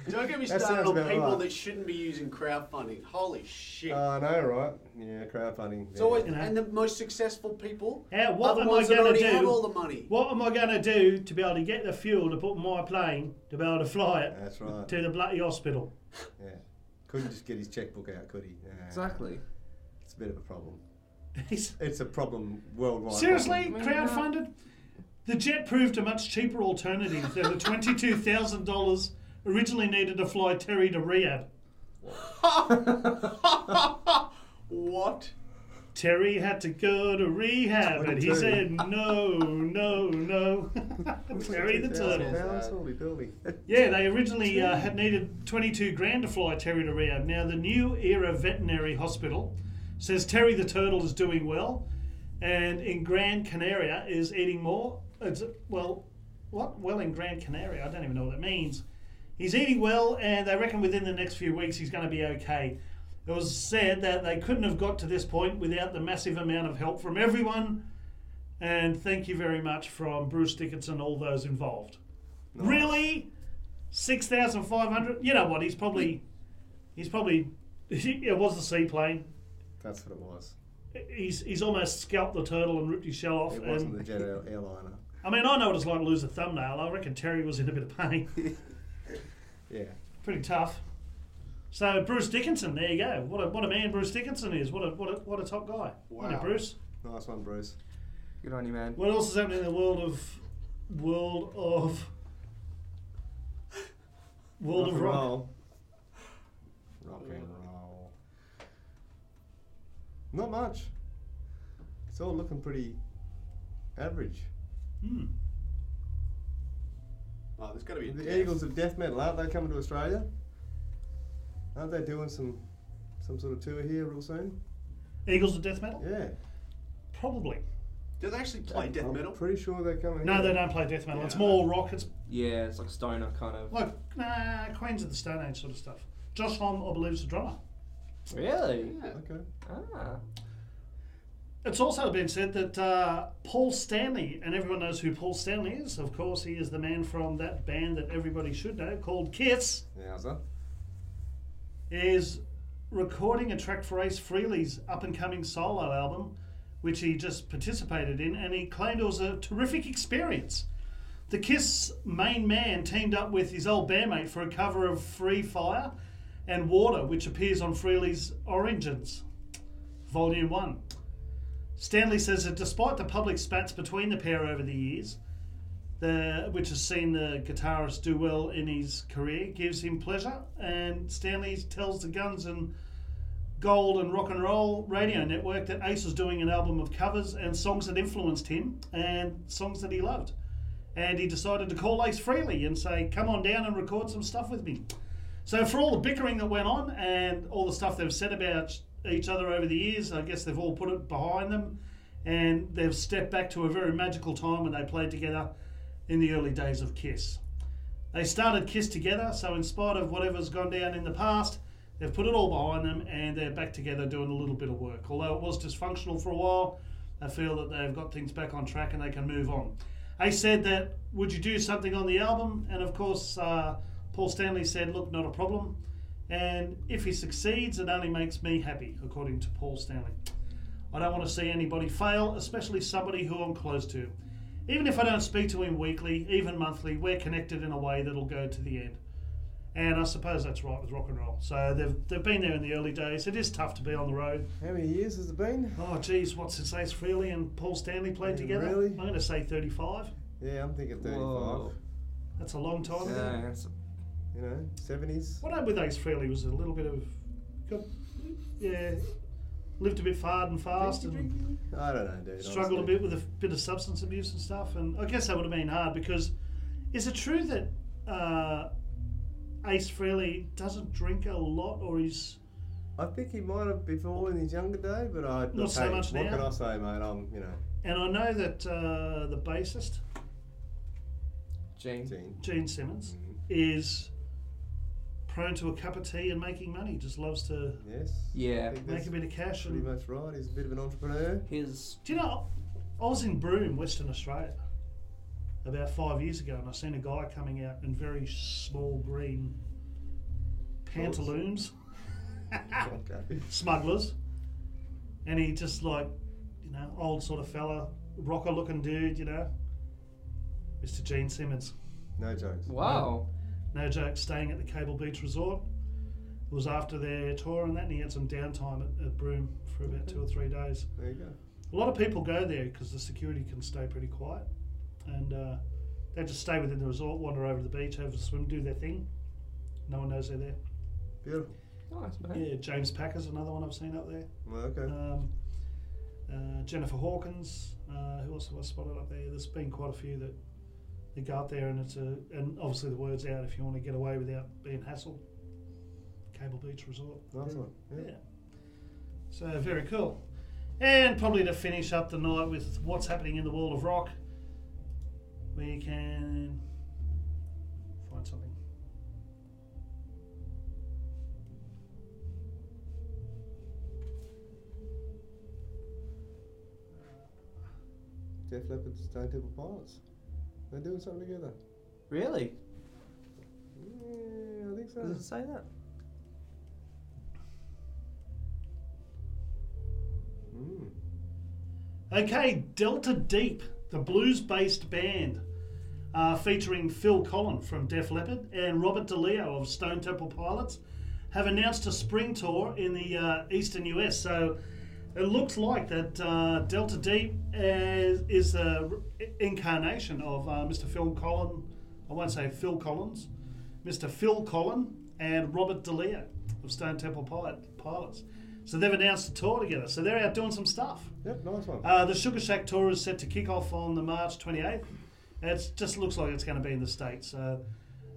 Speaker 3: Don't get me
Speaker 4: That
Speaker 3: started
Speaker 4: sounds
Speaker 3: on
Speaker 4: about
Speaker 3: people
Speaker 4: right.
Speaker 3: that shouldn't be using crowdfunding. Holy shit.
Speaker 4: Oh, I know, right? Yeah, crowdfunding.
Speaker 3: it's always,
Speaker 2: you know.
Speaker 3: and the most successful people
Speaker 2: How, what
Speaker 3: are the
Speaker 2: am I
Speaker 3: ones that
Speaker 2: going
Speaker 3: already
Speaker 2: to
Speaker 3: have
Speaker 2: do?
Speaker 3: all the money.
Speaker 2: What am I going to do to be able to get the fuel to put my plane to be able to fly it
Speaker 4: That's right.
Speaker 2: to the bloody hospital?
Speaker 4: Yeah. Couldn't just get his checkbook out, could he? Nah.
Speaker 5: Exactly.
Speaker 4: It's a bit of a problem.
Speaker 2: He's-
Speaker 4: It's a problem worldwide.
Speaker 2: Seriously,
Speaker 4: problem.
Speaker 2: crowdfunded? The jet proved a much cheaper alternative than the $22,000 originally needed to fly Terry to rehab.
Speaker 3: What?
Speaker 2: Terry had to go to rehab, and he
Speaker 4: 22.
Speaker 2: said, no, no, no. Terry the turtle.
Speaker 4: Pounds? Holy billy.
Speaker 2: Yeah, they originally uh, had needed 22 grand to fly Terry to rehab. Now, the new era veterinary hospital says Terry the turtle is doing well, and in Gran Canaria is eating more. It's, well, what? Well, in Gran Canaria, I don't even know what that means. He's eating well, and they reckon within the next few weeks he's going to be okay. It was said that they couldn't have got to this point without the massive amount of help from everyone. And thank you very much from Bruce Dickinson, all those involved. Really? 6,500? You know what? He's probably. He's probably. It was the seaplane.
Speaker 4: That's what it was.
Speaker 2: He's, he's almost scalped the turtle and ripped his shell off.
Speaker 4: It
Speaker 2: and-
Speaker 4: wasn't the jet air- airliner.
Speaker 2: I mean, I know what it's like to lose a thumbnail. I reckon Terry was in a bit of pain.
Speaker 4: Yeah.
Speaker 2: Pretty tough. So, Bruce Dickinson, there you go. What a, what a man Bruce Dickinson is. What a, what a, what a top guy. What
Speaker 3: Wow.
Speaker 2: Bruce?
Speaker 4: Nice one, Bruce.
Speaker 5: Good on you, man.
Speaker 2: What else is happening in the world of. World of. World of
Speaker 4: Rock and
Speaker 2: rock.
Speaker 4: roll. Rock and roll. Not much. It's all looking pretty average.
Speaker 2: Hmm.
Speaker 3: Oh, there's got to be a
Speaker 4: The
Speaker 3: death.
Speaker 4: Eagles of Death Metal, aren't they coming to Australia? Aren't they doing some some sort of tour here real soon?
Speaker 2: Eagles of death metal?
Speaker 4: Yeah.
Speaker 2: Probably.
Speaker 3: Do they actually play death
Speaker 4: I'm
Speaker 3: metal?
Speaker 4: pretty sure they're coming
Speaker 2: No,
Speaker 4: here.
Speaker 2: they don't play death metal.
Speaker 3: Yeah,
Speaker 2: it's
Speaker 3: no.
Speaker 2: more rock. It's
Speaker 5: Yeah, it's like stoner kind of.
Speaker 2: like nah, Queens of the Stone Age sort of stuff. Josh Homme, I believe, is a drummer.
Speaker 5: Really?
Speaker 3: Yeah.
Speaker 4: Okay.
Speaker 5: Ah.
Speaker 2: It's also been said that uh, Paul Stanley, and everyone knows who Paul Stanley is. Of course, he is the man from that band that everybody should know called Kiss.
Speaker 4: Yowza.
Speaker 2: Is recording a track for Ace Frehley's up-and-coming solo album, which he just participated in, and he claimed it was a terrific experience. The Kiss main man teamed up with his old bandmate for a cover of Free Fire and Water, which appears on Frehley's Origins, Volume 1. Stanley says that despite the public spats between the pair over the years, the, which has seen the guitarist do well in his career, gives him pleasure. And Stanley tells the Guns and Gold and Rock and Roll Radio Network that Ace was doing an album of covers and songs that influenced him and songs that he loved. And he decided to call Ace freely and say, Come on down and record some stuff with me. So, for all the bickering that went on and all the stuff they've said about each other over the years, I guess they've all put it behind them and they've stepped back to a very magical time when they played together in the early days of Kiss. They started Kiss together, so in spite of whatever's gone down in the past, they've put it all behind them and they're back together doing a little bit of work. Although it was dysfunctional for a while, they feel that they've got things back on track and they can move on. Ace said that, would you do something on the album? And of course, uh, Paul Stanley said, look, not a problem. And if he succeeds, it only makes me happy, according to Paul Stanley. I don't want to see anybody fail, especially somebody who I'm close to. Even if I don't speak to him weekly, even monthly, we're connected in a way that'll go to the end. And I suppose that's right with rock and roll. So they've, they've been there in the early days. It is tough to be on the road.
Speaker 4: How many years has it been?
Speaker 2: Oh, geez, what's since Ace Frehley and Paul Stanley played
Speaker 4: Yeah,
Speaker 2: together?
Speaker 4: really?
Speaker 2: I'm going to say 35.
Speaker 4: Yeah, I'm thinking 35.
Speaker 5: Whoa.
Speaker 2: That's a long time.
Speaker 5: Yeah,
Speaker 2: ago.
Speaker 5: that's a
Speaker 4: You know, seventies.
Speaker 2: What happened with Ace Frehley was a little bit of, got, yeah, lived a bit far and fast and
Speaker 4: I don't know, dude.
Speaker 2: struggled a
Speaker 4: honestly.
Speaker 2: bit with a f- bit of substance abuse and stuff. And I guess that would have been hard because is it true that uh, Ace Frehley doesn't drink a lot or he's
Speaker 4: I think he might have before in his younger day, but I
Speaker 2: Not so
Speaker 4: hey,
Speaker 2: much
Speaker 4: What
Speaker 2: now.
Speaker 4: can I say, mate? I'm you know,
Speaker 2: and I know that uh, the bassist
Speaker 5: Gene.
Speaker 4: Gene.
Speaker 2: Gene Simmons
Speaker 4: Mhm.
Speaker 2: is prone to a cup of tea and making money. Just loves to
Speaker 4: Yes.
Speaker 5: Yeah.
Speaker 4: I think
Speaker 2: make
Speaker 4: that's
Speaker 2: a bit of cash.
Speaker 4: pretty
Speaker 2: And,
Speaker 4: much right. He's a bit of an entrepreneur.
Speaker 5: His
Speaker 2: do you know? I was in Broome, Western Australia, about five years ago, and I seen a guy coming out in very small green pantaloons. Ah!
Speaker 4: Okay.
Speaker 2: smugglers, and he just like, you know, old sort of fella, rocker looking dude, you know, Mr. Gene Simmons.
Speaker 4: No jokes.
Speaker 5: wow.
Speaker 2: No joke, staying at the Cable Beach Resort. It was after their tour and that, and he had some downtime at, at Broome for about two or three days.
Speaker 4: There you go.
Speaker 2: A lot of people go there because the security can stay pretty quiet, and uh, they just stay within the resort, wander over to the beach, have a swim, do their thing. No one knows they're there.
Speaker 4: Beautiful.
Speaker 5: Nice man.
Speaker 2: Yeah, James Packer's another one I've seen up there.
Speaker 4: Well, okay.
Speaker 2: Um, uh, Jennifer Hawkins, uh, who else have I spotted up there? There's been quite a few that they go up there, and it's a and obviously the word's out if you want to get away without being hassled. Cable Beach Resort.
Speaker 4: nice one. Yeah.
Speaker 2: Yeah. So very cool. And probably to finish up the night with what's happening in the world of rock, we can find something.
Speaker 4: Def Leppard, Stone Temple Pilots. They're doing something together.
Speaker 5: Really?
Speaker 4: Yeah, I think
Speaker 5: Does
Speaker 4: so.
Speaker 5: it say that?
Speaker 4: Mm.
Speaker 2: Okay, Delta Deep, the blues based band, uh, featuring Phil Collin from Def Leppard and Robert DeLeo of Stone Temple Pilots, have announced a spring tour in the uh, eastern US. So it looks like that uh, Delta Deep is, is a re- incarnation of uh, Mr. Phil Collin, I won't say Phil Collins, Mr. Phil Collin and Robert DeLeo of Stone Temple Pilot, Pilots. So they've announced a tour together. So they're out doing some stuff.
Speaker 4: Yep, nice one.
Speaker 2: Uh, the Sugar Shack tour is set to kick off on the March 28th. It just looks like it's going to be in the States. So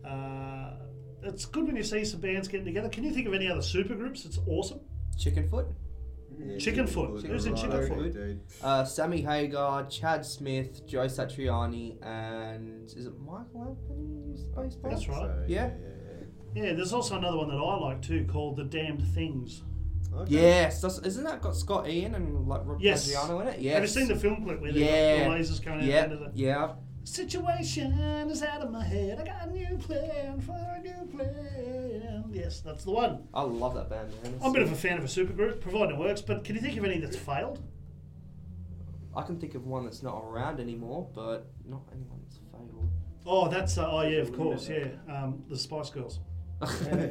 Speaker 2: uh, it's good when you see some bands getting together. Can you think of any other supergroups? It's awesome.
Speaker 5: Chicken foot.
Speaker 4: Yeah,
Speaker 2: Chickenfoot. Who's in
Speaker 4: right,
Speaker 2: Chickenfoot?
Speaker 4: okay, Dude.
Speaker 5: Uh, Sammy Hagar, Chad Smith, Joe Satriani, and is it Michael Anthony? who's the bass player?
Speaker 2: That's right.
Speaker 4: So,
Speaker 5: Yeah.
Speaker 4: yeah, yeah.
Speaker 2: Yeah, there's also another one that I like too called The Damned Things.
Speaker 4: Okay.
Speaker 5: Yes, that's, isn't that got Scott Ian and like Rob
Speaker 2: Yes.
Speaker 5: Adriano in it? Yes.
Speaker 2: Have you seen the film clip where they've
Speaker 5: yeah.
Speaker 2: got the lasers coming out
Speaker 5: yeah.
Speaker 2: the end of the
Speaker 5: yeah.
Speaker 2: situation is out of my head. I got a new plan for a new plan. Yes, that's the one.
Speaker 5: I love that band, man.
Speaker 2: I'm a bit of a fan of a supergroup, providing it works, but can you think of any that's failed?
Speaker 5: I can think of one that's not around anymore, but not anyone that's failed.
Speaker 2: Oh, that's uh, oh yeah, of course, yeah. Um, the Spice Girls.
Speaker 4: Yeah.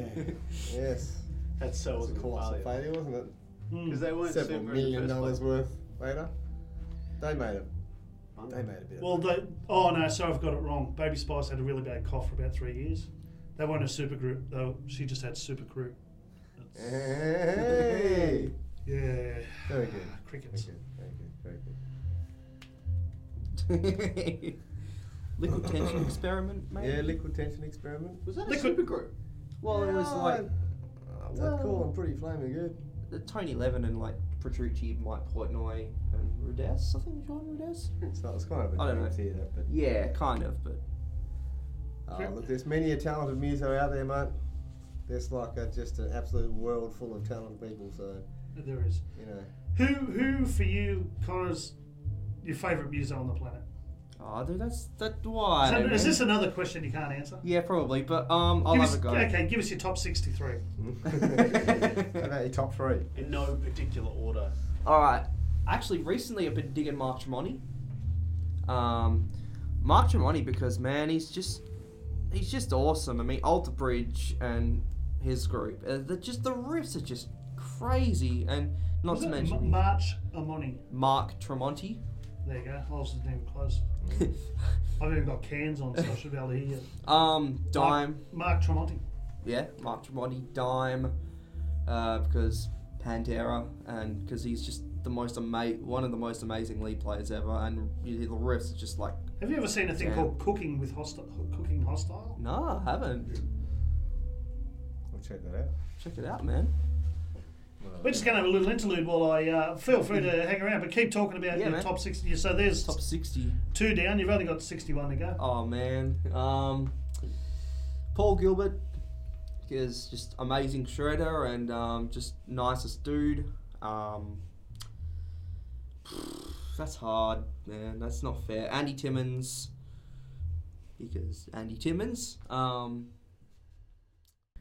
Speaker 4: yes.
Speaker 3: That's so
Speaker 4: That was a colossal failure, wasn't it?
Speaker 2: Mm.
Speaker 3: Because they weren't super
Speaker 4: Several
Speaker 3: in the
Speaker 4: million
Speaker 3: first
Speaker 4: dollars
Speaker 3: place.
Speaker 4: worth later. They made it.
Speaker 3: Huh?
Speaker 4: They made a bit.
Speaker 2: well,
Speaker 4: of
Speaker 2: they, oh no, sorry, I've got it wrong. Baby Spice had a really bad cough for about three years. They weren't a supergroup though. She just had supergroup.
Speaker 4: Hey.
Speaker 2: Yeah.
Speaker 4: Eh.
Speaker 2: Ah,
Speaker 4: Very good. Very
Speaker 2: Crickets.
Speaker 4: good. Very good. Very good.
Speaker 5: Liquid tension experiment, maybe?
Speaker 4: Yeah, liquid tension experiment.
Speaker 3: Was that a
Speaker 2: Liquid-
Speaker 3: supergroup?
Speaker 5: Well, it was
Speaker 4: Yeah,
Speaker 5: like
Speaker 4: I- I'd call them pretty flaming good.
Speaker 5: the Tony Levin and like Petrucci, Mike Portnoy, and Rudess. I think John Rudess.
Speaker 4: So it's kind of a
Speaker 5: I don't know.
Speaker 4: to that, but
Speaker 5: Yeah, kind of, but
Speaker 4: Oh, look, there's many a talented muso out there, mate. There's like a, just an absolute world full of talented people. So
Speaker 2: There is.
Speaker 4: you know,
Speaker 2: Who who for you, Connor's your favourite muso on the planet?
Speaker 5: oh, dude, that's that why.
Speaker 2: Is, that- is
Speaker 5: man.
Speaker 2: this another question you can't answer?
Speaker 5: Yeah, probably, but um, I'll
Speaker 2: Give
Speaker 5: have
Speaker 2: us,
Speaker 5: a go.
Speaker 2: okay, give us your top sixty-three.
Speaker 4: how about your top three?
Speaker 3: In no particular order.
Speaker 5: All right. Actually, recently I've been digging Mark Tremonti. Um, Mark Tremonti because man, he's just he's just awesome. I mean, Alter Bridge and his group, uh, the, just the riffs are just crazy, and not
Speaker 2: Was
Speaker 5: to
Speaker 2: it
Speaker 5: mention
Speaker 2: M- March Amoni.
Speaker 5: Mark Tremonti.
Speaker 2: There you go. Miles isn't even close. I've even got cans on, so I should be able to hear you.
Speaker 5: um, Dime.
Speaker 2: Mark, Mark Tremonti.
Speaker 5: yeah, Mark Tremonti, Dime, uh, because Pantera, and because he's just the most ama- one of the most amazing lead players ever, and you hear the riffs it's just like,
Speaker 2: Have you ever seen a thing
Speaker 5: Yeah.
Speaker 2: called Cooking with Hostile? Cooking Hostile?
Speaker 5: nah, I haven't.
Speaker 4: I'll check that out.
Speaker 5: Check it out, man.
Speaker 2: We're just going to have a little interlude while I uh, feel free to hang around, but keep talking about
Speaker 5: Yeah,
Speaker 2: your
Speaker 5: man.
Speaker 2: top 60. So there's
Speaker 5: Top sixty.
Speaker 2: two down. You've only got 61 to go.
Speaker 5: Oh man, um, Paul Gilbert is just amazing shredder and um, just nicest dude. Um, that's hard, man. That's not fair. Andy Timmins, because Andy Timmins. Um,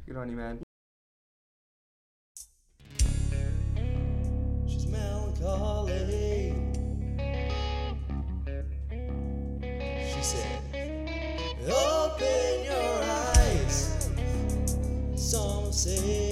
Speaker 5: good on you, man.
Speaker 1: She's melancholy. She said, Open your eyes. Some say